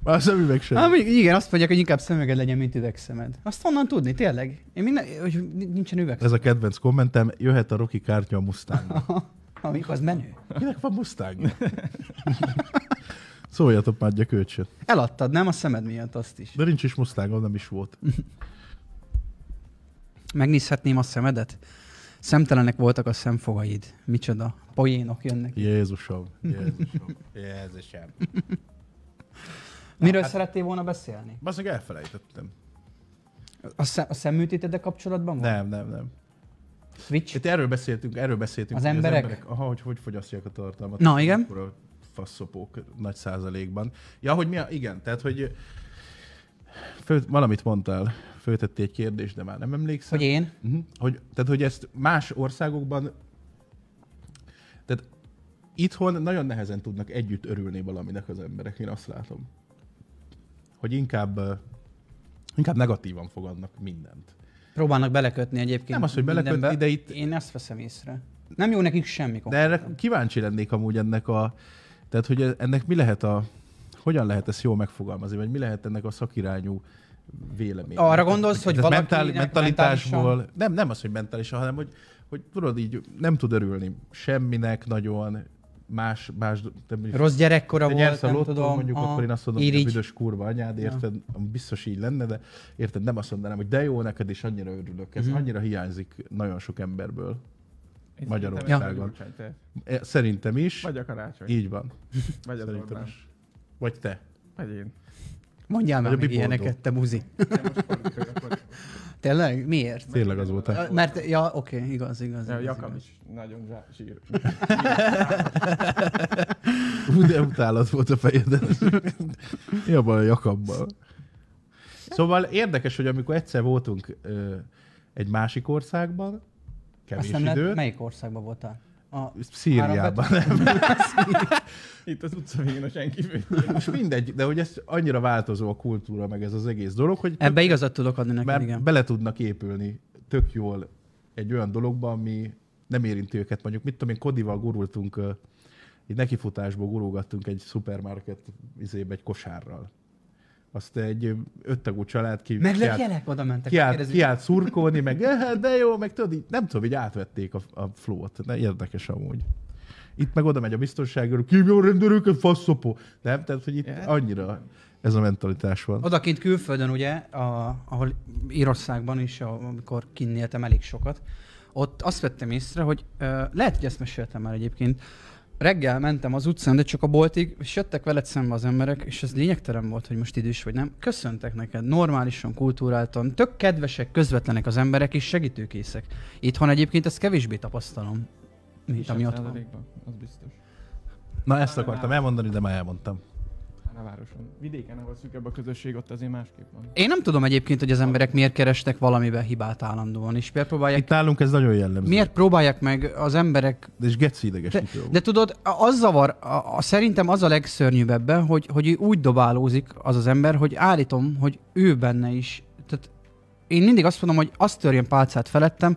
[SPEAKER 2] Már a szemüveg sem.
[SPEAKER 3] Hát mondjuk, igen, azt mondják, hogy inkább szemüveged legyen, mint üvegszered. Azt honnan tudni, tényleg? Én minden, hogy nincsen üveg.
[SPEAKER 2] Ez a kedvenc kommentem, jöhet a Rocky kártya a Mustangba.
[SPEAKER 3] Amik az menő.
[SPEAKER 2] Kinek van Mustang? Szóljatok már gyökölcsön.
[SPEAKER 3] Eladtad, nem? A szemed miatt azt is.
[SPEAKER 2] De nincs is Mustangom, nem is volt.
[SPEAKER 3] Megnézhetném a szemedet? Szemtelenek voltak a szemfogaid. Micsoda. Poénok jönnek.
[SPEAKER 2] Jézusom, Jézusom, Jézusom.
[SPEAKER 3] Miről
[SPEAKER 2] Hát-
[SPEAKER 3] szerettél volna beszélni?
[SPEAKER 2] Baszik, elfelejtettem.
[SPEAKER 3] A, szem, a szemműtéteddel kapcsolatban volt?
[SPEAKER 2] Nem, nem, nem.
[SPEAKER 3] Switch?
[SPEAKER 2] Itt erről beszéltünk, erről beszéltünk.
[SPEAKER 3] Az
[SPEAKER 2] hogy
[SPEAKER 3] emberek?
[SPEAKER 2] aha, hogy hogy fogyasztják a tartalmat.
[SPEAKER 3] Na, igen.
[SPEAKER 2] Akkor a faszopók nagy százalékban. Ja, hogy mi a, igen, tehát, hogy fő, valamit mondtál, föltettél egy kérdést, de már nem emlékszem.
[SPEAKER 3] Hogy én?
[SPEAKER 2] Uh-huh. Hogy, tehát, hogy ezt más országokban, tehát itthon nagyon nehezen tudnak együtt örülni valaminek az emberek, én azt látom. Hogy inkább, ö, inkább negatívan fogadnak mindent.
[SPEAKER 3] Próbálnak belekötni egyébként.
[SPEAKER 2] Nem az, hogy
[SPEAKER 3] mindenbe.
[SPEAKER 2] belekötni, de itt-
[SPEAKER 3] Én ezt veszem észre. Nem jó nekik semmi.
[SPEAKER 2] De erre kíváncsi lennék amúgy ennek a, tehát hogy ennek mi lehet a, hogyan lehet ezt jól megfogalmazni, vagy mi lehet ennek a szakirányú vélemény?
[SPEAKER 3] Arra gondolsz, hogy
[SPEAKER 2] Tehát
[SPEAKER 3] valakinek
[SPEAKER 2] mentál, mentalitásból, nem, nem az, hogy mentálisan, hanem hogy, hogy tudod így nem tud örülni semminek nagyon, más, más, te mondjuk-
[SPEAKER 3] Rossz gyerekkora
[SPEAKER 2] te
[SPEAKER 3] volt,
[SPEAKER 2] nyersz a
[SPEAKER 3] nem
[SPEAKER 2] lottón,
[SPEAKER 3] tudom.
[SPEAKER 2] mondjuk
[SPEAKER 3] aha.
[SPEAKER 2] akkor én azt mondom, hogy a
[SPEAKER 3] Irigy.
[SPEAKER 2] büdös kurva anyád, érted, ami biztos így lenne, de érted, nem azt mondanám, hogy de jó, neked is annyira örülök,
[SPEAKER 3] Mhm.
[SPEAKER 2] ez annyira hiányzik nagyon sok emberből.
[SPEAKER 4] Én
[SPEAKER 2] Magyarországon.
[SPEAKER 4] szerintem ez a gyurcsány te.
[SPEAKER 2] Eh, Szerintem is.
[SPEAKER 4] Vagy a karácsony.
[SPEAKER 2] Így van.
[SPEAKER 4] Vagy az
[SPEAKER 2] Szerintem
[SPEAKER 4] Orbán.
[SPEAKER 2] is. Vagy te.
[SPEAKER 4] Vagy én.
[SPEAKER 3] Mondjál
[SPEAKER 2] Vagy
[SPEAKER 3] már
[SPEAKER 2] a
[SPEAKER 3] még
[SPEAKER 2] Biboldó.
[SPEAKER 3] ilyeneket, te buzi.
[SPEAKER 4] Én most fordítok, akkor-
[SPEAKER 3] Tényleg? Miért?
[SPEAKER 2] Tényleg az volt.
[SPEAKER 3] Ja, Mert, ja, oké, okay, igaz, igaz.
[SPEAKER 4] Ja,
[SPEAKER 3] igaz,
[SPEAKER 4] Jakab
[SPEAKER 3] igaz.
[SPEAKER 4] is nagyon zsá- zsír.
[SPEAKER 2] Ú, de utálat volt a fejeden. Mi a baj a jakabbal? Szóval érdekes, hogy amikor egyszer voltunk ö, egy másik országban, kevés
[SPEAKER 3] Azt nem lehet,
[SPEAKER 2] időt,
[SPEAKER 3] melyik országban voltál? A,
[SPEAKER 2] Szíriában.
[SPEAKER 4] Itt az utca végén a senki fő.
[SPEAKER 2] Most mindegy, de hogy ez annyira változó a kultúra, meg ez az egész dolog, hogy
[SPEAKER 3] ebbe igazat tudok adni neked,
[SPEAKER 2] már
[SPEAKER 3] igen.
[SPEAKER 2] bele tudnak épülni tök jól egy olyan dologba, ami nem érinti őket. Mondjuk, mit tudom én, Kodival gurultunk, ö, így nekifutásból gurulgattunk egy szupermarket izébe egy kosárral. Azt egy ö, öttagú család ki, kiállt,
[SPEAKER 3] Meglökjelek? Oda mentek.
[SPEAKER 2] kiállt,
[SPEAKER 3] kérdezik.
[SPEAKER 2] kiállt szurkolni, meg "Eh, de jó, meg tudod, így, nem tudom, így átvették a, a flót. De érdekes amúgy. Itt meg oda megy a biztonságőr, kívja a rendőröket, faszopó. Nem? Tehát, hogy itt
[SPEAKER 4] Ja.
[SPEAKER 2] annyira ez a mentalitás van.
[SPEAKER 3] Odakint külföldön ugye, a, ahol Írországban is, a- amikor kinnéltem elég sokat, ott azt vettem észre, hogy ö, lehet, hogy ezt meséltem már egyébként, reggel mentem az utcán, de csak a boltig, és jöttek veled szembe az emberek, és ez lényegtelen volt, hogy most idős vagy nem. Köszöntek neked, normálisan, kultúráltan, tök kedvesek, közvetlenek az emberek, és segítőkészek. Itthon egyébként ezt kevésbé tapasztalom, mint ami ott van.
[SPEAKER 4] Százalékban, Az biztos.
[SPEAKER 2] Na, ezt akartam elmondani, de már elmondtam.
[SPEAKER 4] Hát a városon. Vidéken, ahol szűkebb a közösség, ott azért másképp van.
[SPEAKER 3] Én nem tudom egyébként, hogy az emberek miért keresnek valamiben hibát állandóan, és miért próbálják,
[SPEAKER 2] Itt nálunk ez nagyon jellemző.
[SPEAKER 3] miért próbálják meg az emberek
[SPEAKER 2] De és geci
[SPEAKER 3] De,
[SPEAKER 2] idegesítő.
[SPEAKER 3] de tudod, a- az zavar, a, a, szerintem az a legszörnyűbb ebben, hogy, hogy ő úgy dobálózik az az ember, hogy állítom, hogy ő benne is. Tehát én mindig azt mondom, hogy azt törjön pálcát felettem,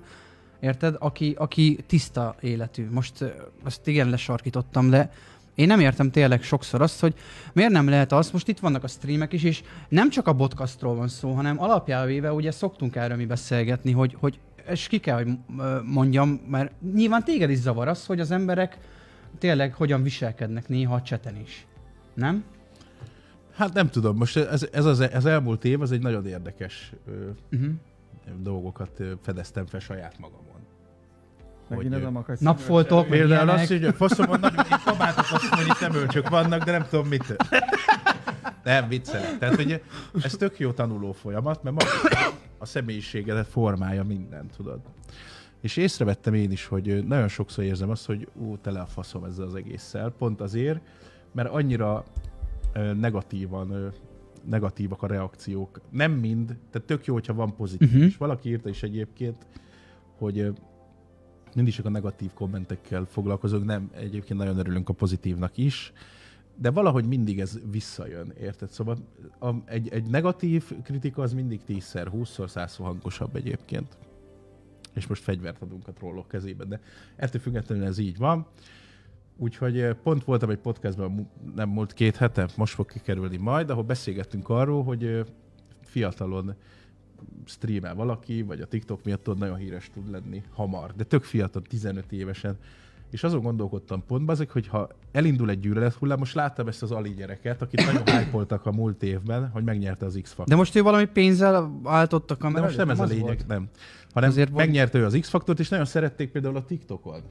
[SPEAKER 3] érted, aki, aki tiszta életű. Most ö, ezt igen lesarkítottam, de én nem értem tényleg sokszor azt, hogy miért nem lehet az, most itt vannak a streamek is, és nem csak a podcastról van szó, hanem alapjában véve ugye szoktunk erről mi beszélgetni, hogy, hogy és ki kell, hogy ö, mondjam, mert nyilván téged is zavar az, hogy az emberek tényleg hogyan viselkednek néha a cseten is. Nem?
[SPEAKER 2] Hát nem tudom, most ez, ez az ez elmúlt év, az egy nagyon érdekes ö,
[SPEAKER 3] Uh-huh.
[SPEAKER 2] dolgokat ö, fedeztem fel saját magamon.
[SPEAKER 4] Megint
[SPEAKER 2] Hogy,
[SPEAKER 4] ez a
[SPEAKER 2] ö,
[SPEAKER 4] makacs.
[SPEAKER 3] Napfoltok, meg
[SPEAKER 2] Például
[SPEAKER 3] ilyenek.
[SPEAKER 2] azt, hogy a faszomon nagyon én kabátot azt hogy itt emölcsök vannak, de nem tudom mit. Nem, viccelek. Tehát, hogy ez tök jó tanuló folyamat, mert maga a személyiségedet formálja mindent, tudod. És észrevettem én is, hogy ö, nagyon sokszor érzem azt, hogy ú, tele a faszom ezzel az egésszel. Pont azért, mert annyira ö, negatívan, ö, negatívak a reakciók. Nem mind, tehát tök jó, hogyha van pozitív.
[SPEAKER 3] Mhm.
[SPEAKER 2] Uh-huh. És valaki írta is egyébként, hogy ö, mindig csak a negatív kommentekkel foglalkozunk, nem, egyébként nagyon örülünk a pozitívnak is, de valahogy mindig ez visszajön, érted? Szóval a, egy, egy negatív kritika az mindig 10-szer, 20-szor, 100 hangosabb egyébként. És most fegyvert adunk a trollok kezébe, de ettől függetlenül ez így van. Úgyhogy ö, pont voltam egy podcastban, mu- nem múlt két hete, most fog kikerülni majd, ahol beszélgettünk arról, hogy ö, fiatalon streamel valaki, vagy a TikTok miatt tudod, nagyon híres tud lenni hamar, de tök fiatal, 15 évesen. És azon gondolkodtam pont, bazeg, hogy ha elindul egy gyűlölethullám, most láttam ezt az Ali gyereket, akit nagyon hype a múlt évben, hogy megnyerte az X-Factor.
[SPEAKER 3] De most ő valami pénzzel álltottak a
[SPEAKER 2] De most nem ez a
[SPEAKER 3] az
[SPEAKER 2] lényeg,
[SPEAKER 3] volt?
[SPEAKER 2] nem. Hanem
[SPEAKER 3] Azért
[SPEAKER 2] Azért
[SPEAKER 3] volt-
[SPEAKER 2] megnyerte ő az X-faktort, és nagyon szerették például a TikTokon,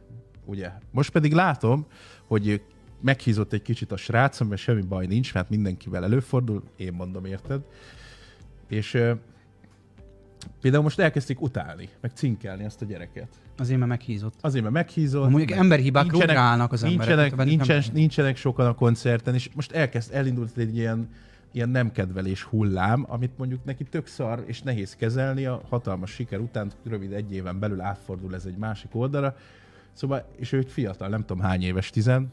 [SPEAKER 2] ugye? Most pedig látom, hogy meghízott egy kicsit a srác, mert semmi baj nincs, mert mindenkivel előfordul, én mondom, érted? És ö, például most elkezdték utálni, meg cinkelni azt a gyereket.
[SPEAKER 3] Azért mert meghízott.
[SPEAKER 2] Azért, mert meghízott.
[SPEAKER 3] Amúgy
[SPEAKER 2] meg
[SPEAKER 3] emberhibák rugálnak az emberek,
[SPEAKER 2] nincsenek,
[SPEAKER 3] tehát velük nem-
[SPEAKER 2] nincsen, nincsenek sokan a koncerten, és most elkezd, elindult egy ilyen, ilyen nem kedvelés hullám, amit mondjuk neki tök szar és nehéz kezelni, a hatalmas siker után rövid egy éven belül átfordul ez egy másik oldalra. Szóval, és ő egy fiatal, nem tudom hány éves, 18,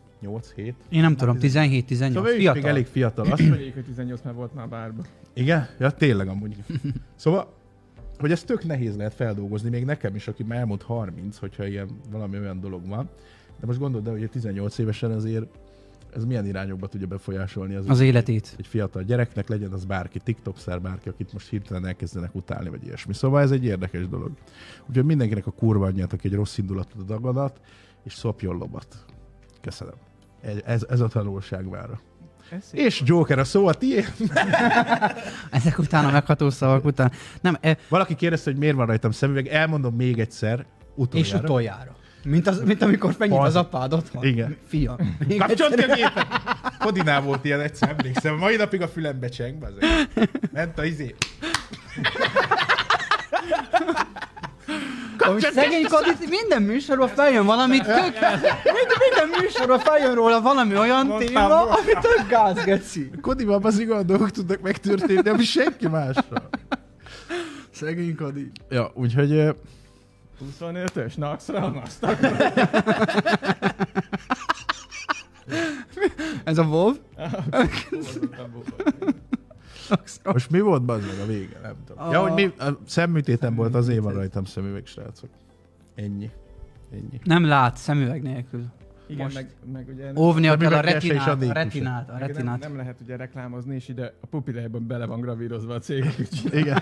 [SPEAKER 2] 7.
[SPEAKER 3] Én nem tudom, 17-18,
[SPEAKER 2] Szóval ő is még
[SPEAKER 3] fiatal.
[SPEAKER 2] elég fiatal. Azt mondja,
[SPEAKER 4] Mondjuk, hogy 18 már volt már bárba.
[SPEAKER 2] igen? Ja, tényleg amúgy. Szóval, hogy ez tök nehéz lehet feldolgozni, még nekem is, aki már elmúlt 30, hogyha ilyen valami olyan dolog van. De most gondold el, hogy 18 évesen azért ez milyen irányokba tudja befolyásolni az,
[SPEAKER 3] Az életét.
[SPEAKER 2] egy fiatal gyereknek, legyen az bárki, TikTokszár, bárki, akit most hirtelen elkezdenek utálni, vagy ilyesmi. Szóval ez egy érdekes dolog. Úgyhogy mindenkinek a kurva anyját, aki egy rossz indulatú dagadat, és szopjon lobat. Köszönöm. Egy- Ez, ez a tanulság mára. És Joker a szó a tiéd.
[SPEAKER 3] Ezek után a megható szavak után. Nem, e,
[SPEAKER 2] Valaki kérdezte, hogy miért van rajtam szemüveg, elmondom még egyszer,
[SPEAKER 3] és
[SPEAKER 2] utoljára.
[SPEAKER 3] utoljára. Mint, az, mint amikor megnyit
[SPEAKER 2] Bazd.
[SPEAKER 3] az apád otthon.
[SPEAKER 2] Igen.
[SPEAKER 3] Fiam. még
[SPEAKER 2] Kapcsolt ki a gépet! Kodinál volt ilyen egyszer, emlékszem. Mai napig a fülembe cseng, bazeg. Ment a izé.
[SPEAKER 3] Ami szegény Kadit, minden műsorban feljön valami tök... Mind, minden műsorban feljön róla valami olyan
[SPEAKER 2] Mondtam
[SPEAKER 3] téma,
[SPEAKER 2] volna.
[SPEAKER 3] ami tök gáz, geci.
[SPEAKER 2] Kodiban az olyan dolgok tudnak megtörténni, ami senki másra.
[SPEAKER 3] Szegény Kadi.
[SPEAKER 2] Ja, úgyhogy... ö,
[SPEAKER 4] 25-ös, naxra, azt
[SPEAKER 3] Ez a WoW?
[SPEAKER 2] Most mi volt bazeg a vége? Nem tudom.
[SPEAKER 3] A-
[SPEAKER 2] Ja, hogy mi, a szemműtétem volt, az én van rajtam szemüveg, srácok. Ennyi. Ennyi.
[SPEAKER 3] Nem lát szemüveg nélkül.
[SPEAKER 4] Igen,
[SPEAKER 3] Most.
[SPEAKER 4] meg, meg ugye...
[SPEAKER 3] Óvnia kell a
[SPEAKER 2] mivel kell se is
[SPEAKER 3] retinát, a
[SPEAKER 2] adni
[SPEAKER 3] retinát, a
[SPEAKER 4] meg nem,
[SPEAKER 3] retinát.
[SPEAKER 4] nem, lehet ugye reklámozni, és ide a pupillájban bele van gravírozva a cégek. úgyhogy-
[SPEAKER 2] Igen.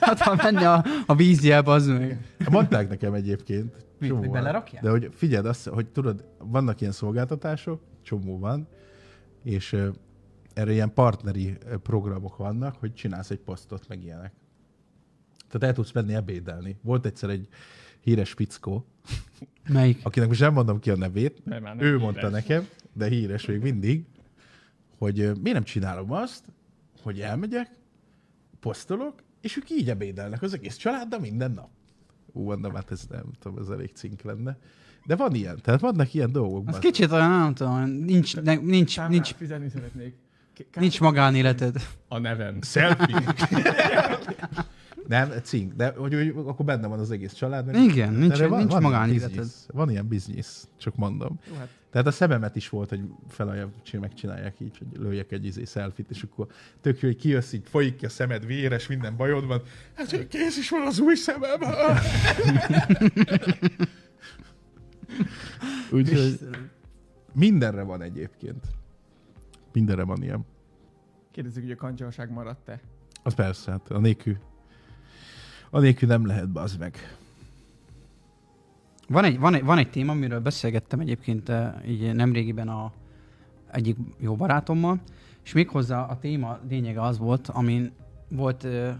[SPEAKER 3] Hát ha menne a, a vízjelbe, az meg.
[SPEAKER 2] Mondták nekem egyébként.
[SPEAKER 3] Mit,
[SPEAKER 2] csomóan.
[SPEAKER 3] hogy belerakják?
[SPEAKER 2] De hogy figyeld azt, hogy tudod, vannak ilyen szolgáltatások, csomó van, és ö, erre ilyen partneri ö, programok vannak, hogy csinálsz egy posztot, meg ilyenek. Tehát el tudsz menni ebédelni. Volt egyszer egy híres fickó,
[SPEAKER 3] Melyik?
[SPEAKER 2] akinek most nem mondom ki a nevét,
[SPEAKER 4] Mert már nem
[SPEAKER 2] ő
[SPEAKER 4] híres.
[SPEAKER 2] mondta nekem, de híres még mindig, hogy ö, miért nem csinálom azt, hogy elmegyek, posztolok, és ők így ebédelnek az egész családdal minden nap. Ú, mondom, hát ez nem tudom, ez elég cink lenne. De van ilyen, tehát vannak ilyen dolgok.
[SPEAKER 3] Az
[SPEAKER 2] bazd.
[SPEAKER 3] kicsit olyan, nem tudom, nincs, ne, nincs,
[SPEAKER 4] Számlát
[SPEAKER 3] nincs,
[SPEAKER 4] fizetni szeretnék. K- k-
[SPEAKER 3] nincs magánéleted.
[SPEAKER 4] A nevem.
[SPEAKER 2] Selfie. nem, cink, de hogy, hogy akkor benne van az egész család. meg-
[SPEAKER 3] Igen,
[SPEAKER 2] De
[SPEAKER 3] nincs-
[SPEAKER 2] erre
[SPEAKER 3] nincs
[SPEAKER 2] ilyen
[SPEAKER 3] magánéleted.
[SPEAKER 2] biznisz. Van ilyen biznisz, csak mondom.
[SPEAKER 4] Jó, hát
[SPEAKER 2] Tehát a szememet is volt, hogy felajánl, megcsinálják így, hogy lőjek egy izé selfit, és akkor tök jó, hogy kijössz, így folyik ki a szemed, véres, minden bajod van. Hát, hogy kész is van az új szemem. Úgyhogy mindenre van egyébként. Mindenre van ilyen.
[SPEAKER 4] kérdezzük, hogy a kancsalság maradt-e?
[SPEAKER 2] Az persze, hát a nélkül. A nélkül nem lehet, bazd meg.
[SPEAKER 3] Van egy, van, egy, van egy téma, amiről beszélgettem egyébként eh, így nemrégiben a egyik jó barátommal, és méghozzá a téma lényege az volt, amin volt, eh,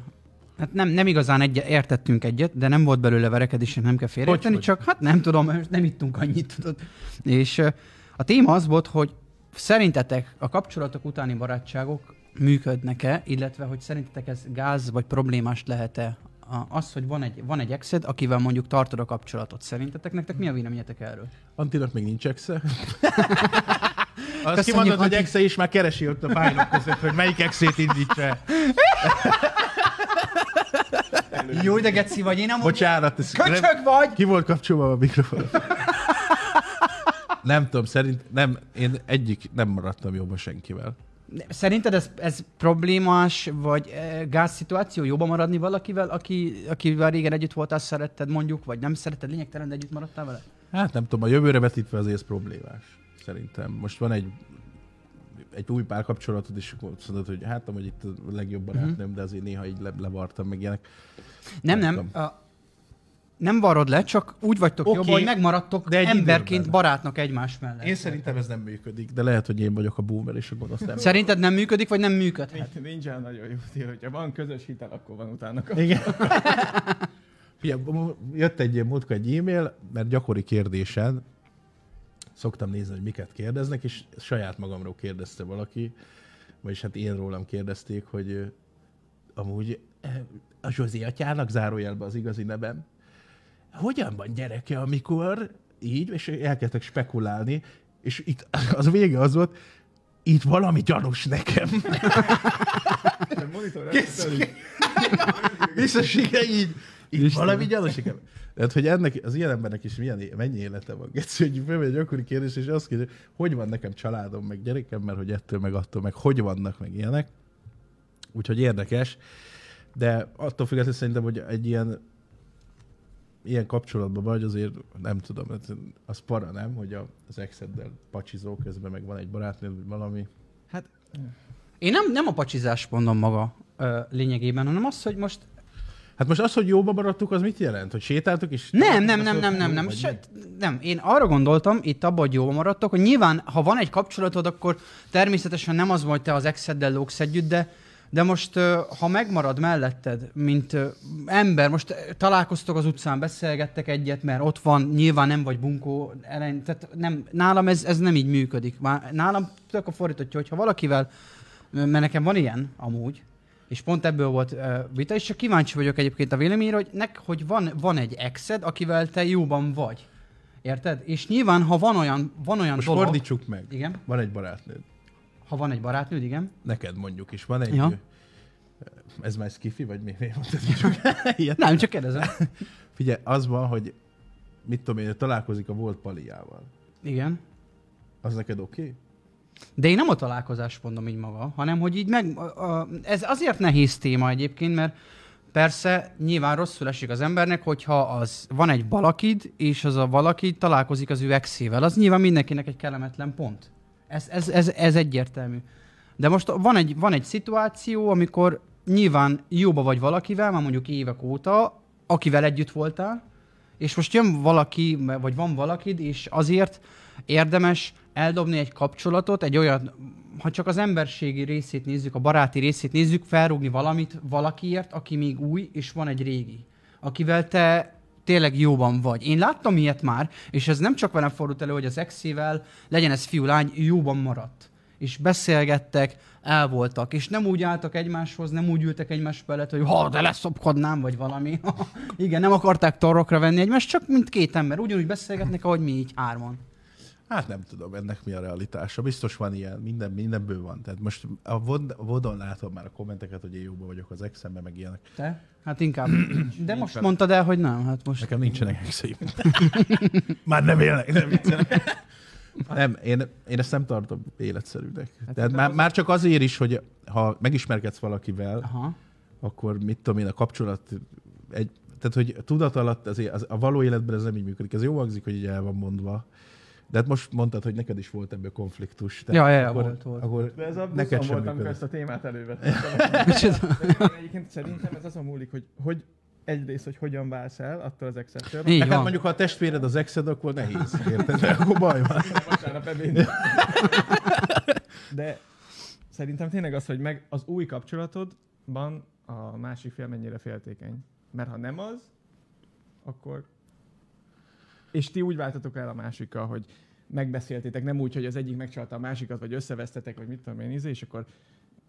[SPEAKER 3] hát nem, nem igazán egy, értettünk egyet, de nem volt belőle verekedés, nem kell félreérteni,
[SPEAKER 2] Hogyhogy.
[SPEAKER 3] csak hát nem tudom, most nem ittunk annyit, tudod. És eh, a téma az volt, hogy szerintetek a kapcsolatok utáni barátságok működnek-e, illetve hogy szerintetek ez gáz vagy problémás lehet-e a- az, hogy van egy, van egy exed, akivel mondjuk tartod a kapcsolatot. Szerintetek nektek mi a véleményetek erről?
[SPEAKER 2] Antinak még nincs exe. Azt
[SPEAKER 3] Köszönjük,
[SPEAKER 2] kimondod, hogy
[SPEAKER 3] Anti.
[SPEAKER 2] exe is már keresi ott a fájlok között, hogy melyik exét indítsa.
[SPEAKER 3] Jó, de geci vagy, én nem
[SPEAKER 2] Bocsánat, ez nem,
[SPEAKER 3] Köcsög vagy!
[SPEAKER 2] ki volt kapcsolva a mikrofon? Nem tudom, szerint nem, én egyik nem maradtam jobban senkivel.
[SPEAKER 3] Szerinted ez, ez problémás, vagy eh, gázszituáció? Jobban maradni valakivel, aki, akivel régen együtt voltál, szeretted mondjuk, vagy nem szeretted, lényegtelen, de együtt maradtál vele?
[SPEAKER 2] Hát nem tudom, a jövőre vetítve azért ez problémás. Szerintem. Most van egy egy új párkapcsolatod, és akkor azt mondod, hogy hát amúgy itt a legjobb barátnőm, de azért néha így le, levartam meg ilyenek.
[SPEAKER 3] Nem,
[SPEAKER 2] Nem
[SPEAKER 3] nem. A, nem varrod le, csak úgy vagytok okay,
[SPEAKER 2] Oké,
[SPEAKER 3] jobban, hogy megmaradtok
[SPEAKER 2] de
[SPEAKER 3] de
[SPEAKER 2] egy
[SPEAKER 3] emberként
[SPEAKER 2] időben.
[SPEAKER 3] barátnak egymás mellett.
[SPEAKER 2] Én szerintem ez nem működik, de lehet, hogy én vagyok a boomer, és a gonosz nem.
[SPEAKER 3] Szerinted nem működik, vagy nem működhet?
[SPEAKER 4] Hát. Nincsen nagyon jó tér, hogyha van közös hitel, akkor van utána kapcsolat.
[SPEAKER 2] Igen. Figyelj, mo- jött egy múltkor egy e-mail, mert gyakori kérdésen szoktam nézni, hogy miket kérdeznek, és saját magamról kérdezte valaki, vagyis hát én rólam kérdezték, hogy ö, amúgy ö, a Zsozé atyának zárójelben az igazi nevem. Hogyan van gyereke, amikor így, és elkezdtek spekulálni, és itt az vége az volt, itt valami gyanús nekem.
[SPEAKER 4] A monitor elkezdődik.
[SPEAKER 2] Biztos, igen, így. így valami gyanús nekem. Tehát, hogy ennek, az ilyen embernek is milyen, é- mennyi élete van. Geci, hogy fölmegy egy akkori kérdés, és azt kérdezi, hogy van nekem családom, meg gyerekem, mert hogy ettől, meg attól, meg hogy vannak, meg ilyenek. Úgyhogy érdekes. De attól függetlenül szerintem, hogy egy ilyen ilyen kapcsolatban vagy, azért nem tudom, hát az para nem, hogy a- az exeddel pacsizó közben meg van egy barátnőd, vagy valami.
[SPEAKER 4] Hát
[SPEAKER 3] Én nem, nem a pacsizás mondom maga ö, lényegében, hanem az, hogy most
[SPEAKER 2] Hát most az, hogy jóba maradtuk, az mit jelent? Hogy sétáltuk és...
[SPEAKER 3] Nem, nem, nem, nem,
[SPEAKER 2] Jó,
[SPEAKER 3] nem, nem.
[SPEAKER 2] vagy
[SPEAKER 3] Sőt, nem. Én arra gondoltam, itt abban, hogy jól maradtok, hogy nyilván, ha van egy kapcsolatod, akkor természetesen nem az vagy te az exeddel lóksz együtt, de, de most, ö, ha megmarad melletted, mint ö, ember, most ö, találkoztok az utcán, beszélgettek egyet, mert ott van, nyilván nem vagy bunkó, ellen, tehát nem, nálam ez, ez nem így működik. Már nálam tök a fordítottja, hogyha valakivel, mert nekem van ilyen amúgy, és pont ebből volt uh, vita, és csak kíváncsi vagyok egyébként a véleményre, hogy, nek, hogy van, van egy exed, akivel te jóban vagy. Érted? És nyilván, ha van olyan, van olyan
[SPEAKER 2] Most
[SPEAKER 3] dolog,
[SPEAKER 2] fordítsuk meg.
[SPEAKER 3] Igen.
[SPEAKER 2] Van egy barátnőd.
[SPEAKER 3] ha van egy barátnőd, igen,
[SPEAKER 2] Neked mondjuk is. Van egy...
[SPEAKER 3] Ja.
[SPEAKER 2] Ez már skifi, vagy mi? mi mondtad, hogy csak- Ilyen.
[SPEAKER 3] nem, csak kérdezem.
[SPEAKER 2] Figyelj, az van, hogy mit tudom én, találkozik a volt paliával.
[SPEAKER 3] Igen.
[SPEAKER 2] Az neked oké? Okay?
[SPEAKER 3] De én nem a találkozást mondom így maga, hanem hogy így meg... A, a, ez azért nehéz téma egyébként, mert persze nyilván rosszul esik az embernek, hogyha az van egy valakid, és az a valaki találkozik az ő exével. Az nyilván mindenkinek egy kellemetlen pont. Ez, ez, ez, ez egyértelmű. De most van egy, van egy szituáció, amikor nyilván jóba vagy valakivel, már mondjuk évek óta, akivel együtt voltál, és most jön valaki, vagy van valakid, és azért érdemes eldobni egy kapcsolatot, egy olyan, ha csak az emberségi részét nézzük, a baráti részét nézzük, felrúgni valamit valakiért, aki még új, és van egy régi, akivel te tényleg jóban vagy. Én láttam ilyet már, és ez nem csak velem fordult elő, hogy az exével, legyen ez fiú, lány, jóban maradt. És beszélgettek, el voltak, és nem úgy álltak egymáshoz, nem úgy ültek egymás mellett, hogy ha, de leszopkodnám, vagy valami. Igen, nem akarták torokra venni egymást, csak mint két ember. Ugyanúgy beszélgetnek, ahogy mi így hárman.
[SPEAKER 2] Hát nem tudom, ennek mi a realitása. Biztos van ilyen, minden, mindenből van. Tehát most a Vod- Vodon látom már a kommenteket, hogy én jóban vagyok az exemben, meg ilyenek.
[SPEAKER 3] Te? Hát inkább. De most mondtad el, hogy nem, hát most.
[SPEAKER 2] Nekem nincsenek exeim. már nem élnek, nem viccelek. Nem, én, én ezt nem tartom életszerűnek.
[SPEAKER 3] Hát
[SPEAKER 2] Tehát már, már csak azért is, hogy ha megismerkedsz valakivel,
[SPEAKER 3] Aha.
[SPEAKER 2] akkor mit tudom én, a kapcsolat egy, tehát, hogy tudat alatt azért az, a való életben ez nem így működik. Ez jó hangzik, hogy így el van mondva. De hát most mondtad, hogy neked is volt ebből konfliktus. Tehát
[SPEAKER 3] Ja, ja, ja, volt, volt.
[SPEAKER 2] Akkor
[SPEAKER 4] De ez a
[SPEAKER 2] neked
[SPEAKER 4] buszon
[SPEAKER 2] sem
[SPEAKER 4] volt, amikor
[SPEAKER 2] működik.
[SPEAKER 4] ezt a témát elővettem.
[SPEAKER 3] Micsoda?
[SPEAKER 4] Én Egyébként szerintem ez azon múlik, hogy, hogy egyrészt, hogy hogyan válsz el attól az exceptől.
[SPEAKER 3] Így
[SPEAKER 2] Neked
[SPEAKER 3] van.
[SPEAKER 2] mondjuk, ha a testvéred az exed, akkor nehéz. Érted? De akkor baj van.
[SPEAKER 4] Vasárnap ebéd. De szerintem tényleg az, hogy meg az új kapcsolatodban a másik fél mennyire féltékeny. Mert ha nem az, akkor... És ti úgy váltatok el a másikkal, hogy megbeszéltétek, nem úgy, hogy az egyik megcsalta a másikat, vagy összevesztetek, vagy mit tudom én, izé, és akkor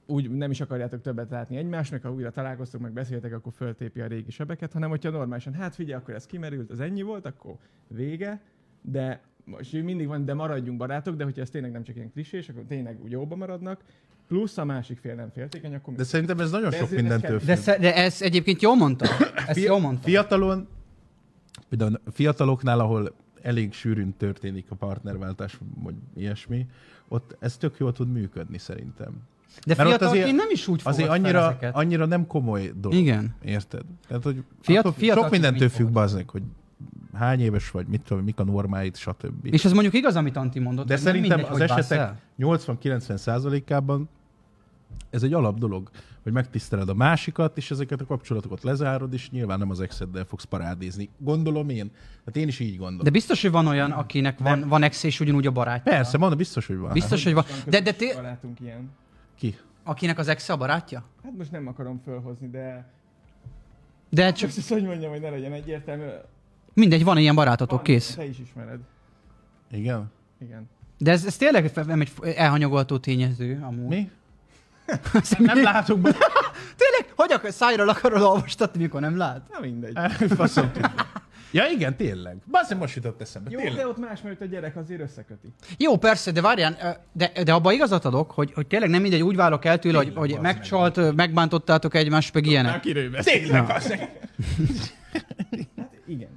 [SPEAKER 4] úgy nem is akarjátok többet látni egymást, meg ha újra találkoztok, meg beszéltek, akkor föltépi a régi sebeket, hanem hogyha normálisan, hát figyelj, akkor ez kimerült, az ennyi volt, akkor vége, de most így mindig van, de maradjunk barátok, de hogyha ez tényleg nem csak ilyen klisés, akkor tényleg úgy jóba maradnak, plusz a másik fél nem féltékeny, akkor mi?
[SPEAKER 2] De szerintem ez nagyon
[SPEAKER 4] De
[SPEAKER 2] sok
[SPEAKER 4] ezért neked-
[SPEAKER 2] mindentől
[SPEAKER 3] De,
[SPEAKER 2] függ.
[SPEAKER 3] sze- de ez egyébként jól mondta. Ezt
[SPEAKER 2] Fi-
[SPEAKER 3] jól mondta.
[SPEAKER 2] Fiatalon, például fiataloknál, ahol elég sűrűn történik a partnerváltás, vagy ilyesmi, ott ez tök jól tud működni szerintem.
[SPEAKER 3] De
[SPEAKER 2] Mert ott
[SPEAKER 3] fiatalként
[SPEAKER 2] azért-
[SPEAKER 3] nem is úgy fogod
[SPEAKER 2] Azért
[SPEAKER 3] fel
[SPEAKER 2] annyira,
[SPEAKER 3] ezeket.
[SPEAKER 2] annyira nem komoly dolog.
[SPEAKER 3] Igen.
[SPEAKER 2] Érted? Tehát, hogy
[SPEAKER 3] Fiat-
[SPEAKER 2] attól-
[SPEAKER 3] fiatal
[SPEAKER 2] sok mindentől
[SPEAKER 3] tudni
[SPEAKER 2] függ, bazd meg, hogy hány éves vagy, mit tudom, mik a normáid, stb.
[SPEAKER 3] És ez mondjuk igaz, amit Anti mondott.
[SPEAKER 2] De
[SPEAKER 3] hogy nem
[SPEAKER 2] szerintem
[SPEAKER 3] mindegy,
[SPEAKER 2] az
[SPEAKER 3] hogy válsz
[SPEAKER 2] esetek
[SPEAKER 3] el.
[SPEAKER 2] 80-90 százalékában ez egy alap dolog, hogy megtiszteled a másikat, és ezeket a kapcsolatokat lezárod, és nyilván nem az exeddel fogsz parádézni. Gondolom én. Hát én is így gondolom.
[SPEAKER 3] De biztos, hogy van olyan, akinek van, van ex és ugyanúgy a barátja.
[SPEAKER 2] Persze, mondom, biztos, hogy van.
[SPEAKER 3] Biztos, hogy van. De, de té-
[SPEAKER 4] Barátunk ilyen.
[SPEAKER 2] Ki?
[SPEAKER 3] akinek az ex a barátja?
[SPEAKER 4] Hát most nem akarom fölhozni, de
[SPEAKER 3] De csak
[SPEAKER 4] csak azt hogy mondjam, hogy ne legyen egyértelmű.
[SPEAKER 3] mindegy, van ilyen barátotok,
[SPEAKER 4] Van,
[SPEAKER 3] kész.
[SPEAKER 4] Te is ismered.
[SPEAKER 2] Igen?
[SPEAKER 4] Igen.
[SPEAKER 3] De ez, ez tényleg fe- nem egy elhanyagoltó tényező amúgy.
[SPEAKER 2] Mi?
[SPEAKER 3] Ezt mi?
[SPEAKER 2] látok be.
[SPEAKER 3] Tényleg? Hogy akar, szájról akarod olvastatni, mikor nem lát?
[SPEAKER 4] Na mindegy.
[SPEAKER 2] Faszom tudja. Ja igen, tényleg. Bazen most jutott eszembe,
[SPEAKER 4] Jó,
[SPEAKER 2] tényleg.
[SPEAKER 4] de ott más, mert a gyerek azért összeköti.
[SPEAKER 3] Jó, persze, de várján, ö, de, de abba igazat adok, hogy, hogy tényleg nem mindegy, úgy válok el tőle, hogy,
[SPEAKER 2] Tényleg,
[SPEAKER 3] hogy
[SPEAKER 2] bazd meg.
[SPEAKER 3] megcsalt, ö, megbántottátok egymást, meg ilyenek.
[SPEAKER 2] Tényleg, bazen.
[SPEAKER 4] Hát igen. igen.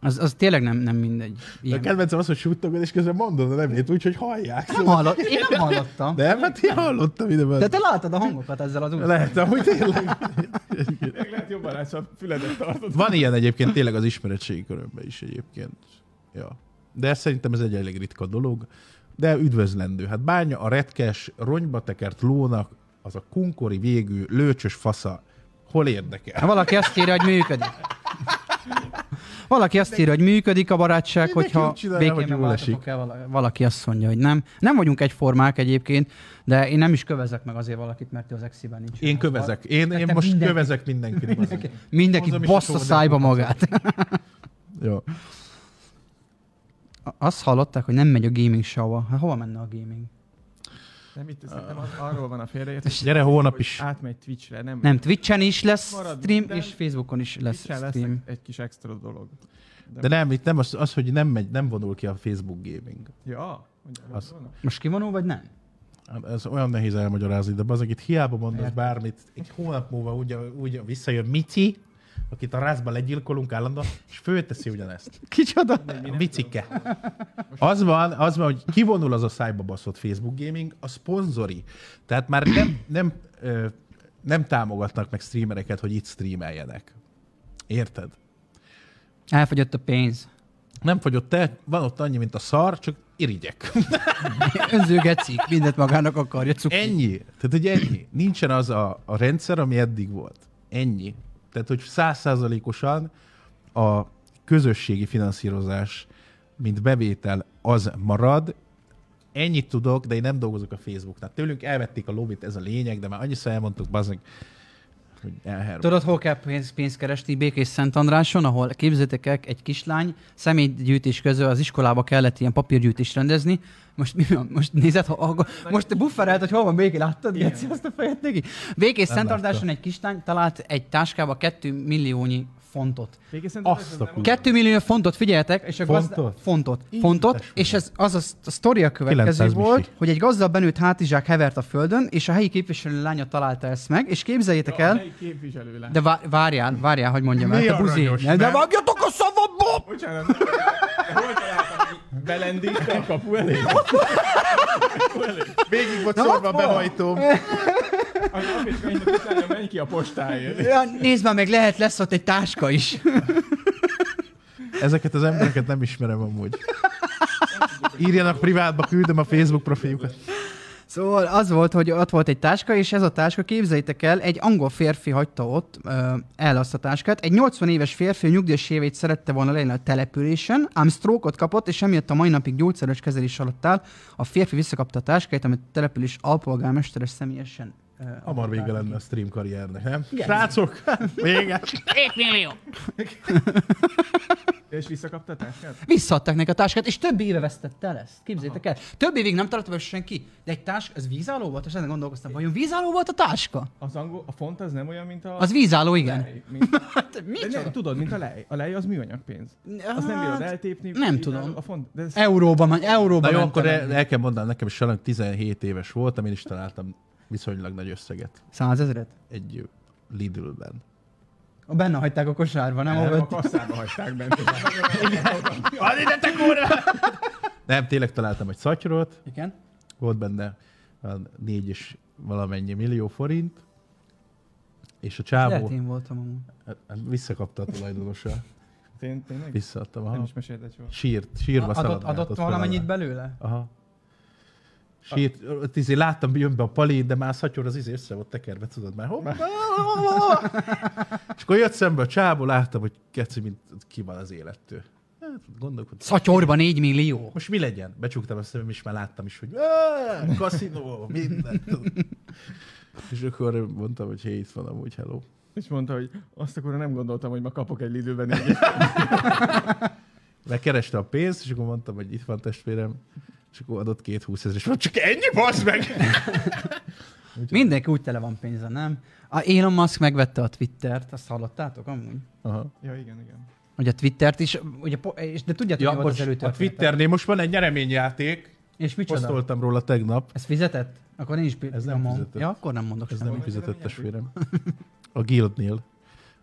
[SPEAKER 3] Az, az tényleg nem, nem mindegy.
[SPEAKER 2] A
[SPEAKER 3] Ilyen.
[SPEAKER 2] kedvencem az, hogy suttogod, és közben mondod a nevét úgy, hogy hallják.
[SPEAKER 3] Nem hallott, én nem hallottam. De,
[SPEAKER 2] Nem, hát én hallottam ide
[SPEAKER 3] de
[SPEAKER 2] be.
[SPEAKER 3] te látod a hangokat ezzel az úton.
[SPEAKER 2] Lehet, amúgy tényleg.
[SPEAKER 4] Meg lehet jobban látsz, a füledet tartod.
[SPEAKER 2] Van ilyen egyébként tényleg az ismeretségi körömben is egyébként. Ja. De ez szerintem ez egy elég ritka dolog. De üdvözlendő. Hát bánya a retkes, ronyba tekert lónak, az a kunkori végű, lőcsös fasza. Hol érdekel?
[SPEAKER 3] Ha Valaki azt írja, hogy működik. Valaki azt írja, hogy működik a barátság,
[SPEAKER 2] Mindenki
[SPEAKER 3] hogyha
[SPEAKER 2] úgy csinálja, hogy
[SPEAKER 3] békében
[SPEAKER 2] jól
[SPEAKER 3] váltatok el, vala- valaki azt mondja, hogy nem. Nem vagyunk egyformák egyébként, de én nem is kövezek meg azért valakit, mert ő az exiben nincs.
[SPEAKER 2] Én kövezek. Én, én
[SPEAKER 3] Te
[SPEAKER 2] most
[SPEAKER 3] mindenki-
[SPEAKER 2] kövezek mindenkinek. Mindenki.
[SPEAKER 3] Mindenki
[SPEAKER 2] Hozom is a
[SPEAKER 3] bassza
[SPEAKER 2] sódát,
[SPEAKER 3] szájba magát.
[SPEAKER 2] Jó.
[SPEAKER 3] A- Azt hallották, hogy nem megy a gaming show Hát hova menne a gaming?
[SPEAKER 4] Nem itt, szerintem az, arról van a félreértés.
[SPEAKER 2] Gyere holnap
[SPEAKER 4] hogy
[SPEAKER 2] is.
[SPEAKER 4] Átmegy Twitchre, nem?
[SPEAKER 3] Nem, Twitchen is lesz
[SPEAKER 4] Marad
[SPEAKER 3] stream,
[SPEAKER 4] minden.
[SPEAKER 3] és Facebookon is lesz
[SPEAKER 4] Twitchen lesz
[SPEAKER 3] stream.
[SPEAKER 4] egy, egy kis extra dolog.
[SPEAKER 2] De nem, itt nem az, az hogy nem, megy, nem vonul ki a Facebook gaming.
[SPEAKER 4] Ja, hogy arról
[SPEAKER 2] Az-
[SPEAKER 4] van?
[SPEAKER 3] Most kivonul, vagy nem?
[SPEAKER 2] Hát Ez olyan nehéz elmagyarázni, de az, itt hiába mondasz bármit, egy hónap múlva úgy, úgy visszajön Mici, akit a rázba legyilkolunk állandóan, és fölteszi ugyanezt.
[SPEAKER 3] Kicsoda?
[SPEAKER 2] A Micike. Az van, az van, hogy kivonul az a szájba baszott Facebook gaming, a szponzori. Tehát már nem, nem, ö, nem támogatnak meg streamereket, hogy itt streameljenek. Érted?
[SPEAKER 3] Elfogyott a pénz.
[SPEAKER 2] Nem fogyott el, van ott annyi, mint a szar, csak irigyek.
[SPEAKER 3] Önző gecik, mindent magának akarja cuki.
[SPEAKER 2] Ennyi. Tehát, hogy ennyi. Nincsen az a, a rendszer, ami eddig volt. Ennyi. Tehát, hogy százszázalékosan a közösségi finanszírozás, mint bevétel, az marad. Ennyit tudok, de én nem dolgozok a Facebooknál. Tőlünk elvették a lobbyt, ez a lényeg, de már annyiszor elmondtuk, bazdmeg, hogy elher.
[SPEAKER 3] Tudod, hol kell pénz, pénzt keresni? Békés Szent Andráson, ahol képzétek el, egy kislány személygyűjtés közül az iskolába kellett ilyen papírgyűjtést rendezni. Most, mi van? most nézed, ha, ha, most te bufferelt, hogy hol van Béki, láttad? Geci, azt a fejet neki? Békés Szent Andráson egy kislány talált egy táskába 2 milliónyi fontot.
[SPEAKER 4] Végig szerintem ez
[SPEAKER 2] Azt a
[SPEAKER 4] nem
[SPEAKER 2] kurva.
[SPEAKER 3] 2 Hm. millió fontot, figyeljetek, és a gazda...
[SPEAKER 2] Fontot?
[SPEAKER 3] Fontot. Fontot, és ez, az a, szt- a sztoria következő
[SPEAKER 2] 900 misi.
[SPEAKER 3] volt, hogy egy gazda benőtt hátizsák hevert a földön, és a helyi képviselő lánya találta ezt meg, és képzeljétek
[SPEAKER 4] A
[SPEAKER 3] el,
[SPEAKER 4] helyi képviselő lány.
[SPEAKER 3] de vá- várjál, várjál, hogy mondjam el.
[SPEAKER 2] Mi
[SPEAKER 3] Te buzi.
[SPEAKER 2] aranyos,
[SPEAKER 3] Ne, de
[SPEAKER 2] nem?
[SPEAKER 3] vágjatok a szavamba!
[SPEAKER 4] Bocsánat, de hol találtam ki? Belendítve a kapu elé?
[SPEAKER 2] Végig volt
[SPEAKER 3] Na, ott
[SPEAKER 2] szorva a
[SPEAKER 3] van.
[SPEAKER 2] behajtóm.
[SPEAKER 4] Az apicskainak utána menj ki a postáért.
[SPEAKER 3] Ja, nézd már, meg lehet lesz ott egy táska is.
[SPEAKER 2] Ezeket az embereket nem ismerem amúgy. Írjanak privátba, küldöm a Facebook profiljukat.
[SPEAKER 3] Szóval az volt, hogy ott volt egy táska, és ez a táska, képzeljétek el, egy angol férfi hagyta ott ö, el azt a táskát. Egy 80 éves férfi a nyugdíjas éveit szerette volna lenni a településen, ám sztrókot kapott, és emiatt a mai napig gyógyszeres kezelés alatt áll. A férfi visszakapta a táskáját, amit a település alpolgármestere személyesen ö,
[SPEAKER 2] Hamar vége lenne a stream karriernek, nem? Srácok, hát vége.
[SPEAKER 4] És visszakapta a táskát?
[SPEAKER 3] Visszaadták neki a táskát, és több éve vesztette el ezt. Képzeljétek el. Több évig nem tartott meg senki. De egy táska, ez vízálló volt? És ezen gondolkoztam, vajon vízálló volt a táska?
[SPEAKER 4] Az angol, a font az nem olyan, mint a...
[SPEAKER 3] Az vízálló, igen.
[SPEAKER 4] lej, mint,
[SPEAKER 3] Hát,
[SPEAKER 4] de nem,
[SPEAKER 3] micsoda?
[SPEAKER 4] tudod, mint a lej. A lej az műanyag pénz. Az nem bírod eltépni.
[SPEAKER 3] Hát, nem
[SPEAKER 4] így
[SPEAKER 3] tudom.
[SPEAKER 4] el- A font, de ez
[SPEAKER 3] Euróban, men-
[SPEAKER 2] Na
[SPEAKER 3] euróban
[SPEAKER 2] jó,
[SPEAKER 3] mentem
[SPEAKER 2] akkor e-
[SPEAKER 3] el.
[SPEAKER 2] el, el kell mondanom, nekem is sajnos 17 éves voltam, én is találtam viszonylag nagy összeget
[SPEAKER 3] 100 ezeret?
[SPEAKER 2] egy Lidl-ben.
[SPEAKER 3] A Benne hagyták a kosárba, nem?
[SPEAKER 4] nem,
[SPEAKER 3] Ahol-
[SPEAKER 4] a kasszába hagyták bent.
[SPEAKER 2] Ad ide, te kurva! Nem, tényleg találtam egy szatyrot,
[SPEAKER 3] Igen.
[SPEAKER 2] volt benne a négy és valamennyi millió forint, és a
[SPEAKER 3] Lehet
[SPEAKER 2] csávó
[SPEAKER 3] én voltam amúgy.
[SPEAKER 2] hát- hát visszakapta a tulajdonosa.
[SPEAKER 4] Tény- Tényleg?
[SPEAKER 2] Visszaadtam.
[SPEAKER 4] Nem
[SPEAKER 2] Aha.
[SPEAKER 4] is mesélted soha.
[SPEAKER 2] Sírt, sírva
[SPEAKER 3] adott,
[SPEAKER 2] szaladgált
[SPEAKER 3] adott
[SPEAKER 2] hát ott
[SPEAKER 3] valamennyit
[SPEAKER 2] föl alá.
[SPEAKER 3] belőle?
[SPEAKER 2] Aha. Sírt, ott izé láttam, jön be a pali, de már szatyor az izé össze volt tekerve, tudod már. Hopp. És akkor jött szembe a csábó, láttam, hogy keci, mint ki van az élettől. Hát, gondolkodtam.
[SPEAKER 3] Szatyorban 4 millió.
[SPEAKER 2] Most mi legyen? Becsuktam a szemem, és már láttam is, hogy "Áh, kaszinó, minden. és akkor mondtam, hogy hé, itt van amúgy, hello.
[SPEAKER 4] És mondta, hogy azt akkor nem gondoltam, hogy ma kapok egy időben négyet.
[SPEAKER 2] Lekereste a pénzt, és akkor mondtam, hogy itt van testvérem, és akkor adott két húszezer, és mondta, csak ennyi, basz meg!
[SPEAKER 3] Mindenki úgy tele van pénze, nem? A Elon Musk megvette a Twittert, azt hallottátok amúgy?
[SPEAKER 2] Aha.
[SPEAKER 4] Ja, igen, igen.
[SPEAKER 3] Hogy a Twittert is, ugye, po- és de tudjátok,
[SPEAKER 2] Ja,
[SPEAKER 3] Hát, mi volt az
[SPEAKER 2] bocs, a
[SPEAKER 3] előtörténet?
[SPEAKER 2] Twitternél most van egy nyereményjáték,
[SPEAKER 3] És micsoda?
[SPEAKER 2] posztoltam róla tegnap,
[SPEAKER 3] Ez fizetett? Akkor én is pi-
[SPEAKER 2] Ez nem
[SPEAKER 3] nyomom.
[SPEAKER 2] fizetett.
[SPEAKER 3] Ja, akkor nem mondok
[SPEAKER 2] ez nem
[SPEAKER 3] semmit.
[SPEAKER 4] van
[SPEAKER 2] fizetett
[SPEAKER 4] nyereményjáték?
[SPEAKER 2] testvérem. A Guildnél.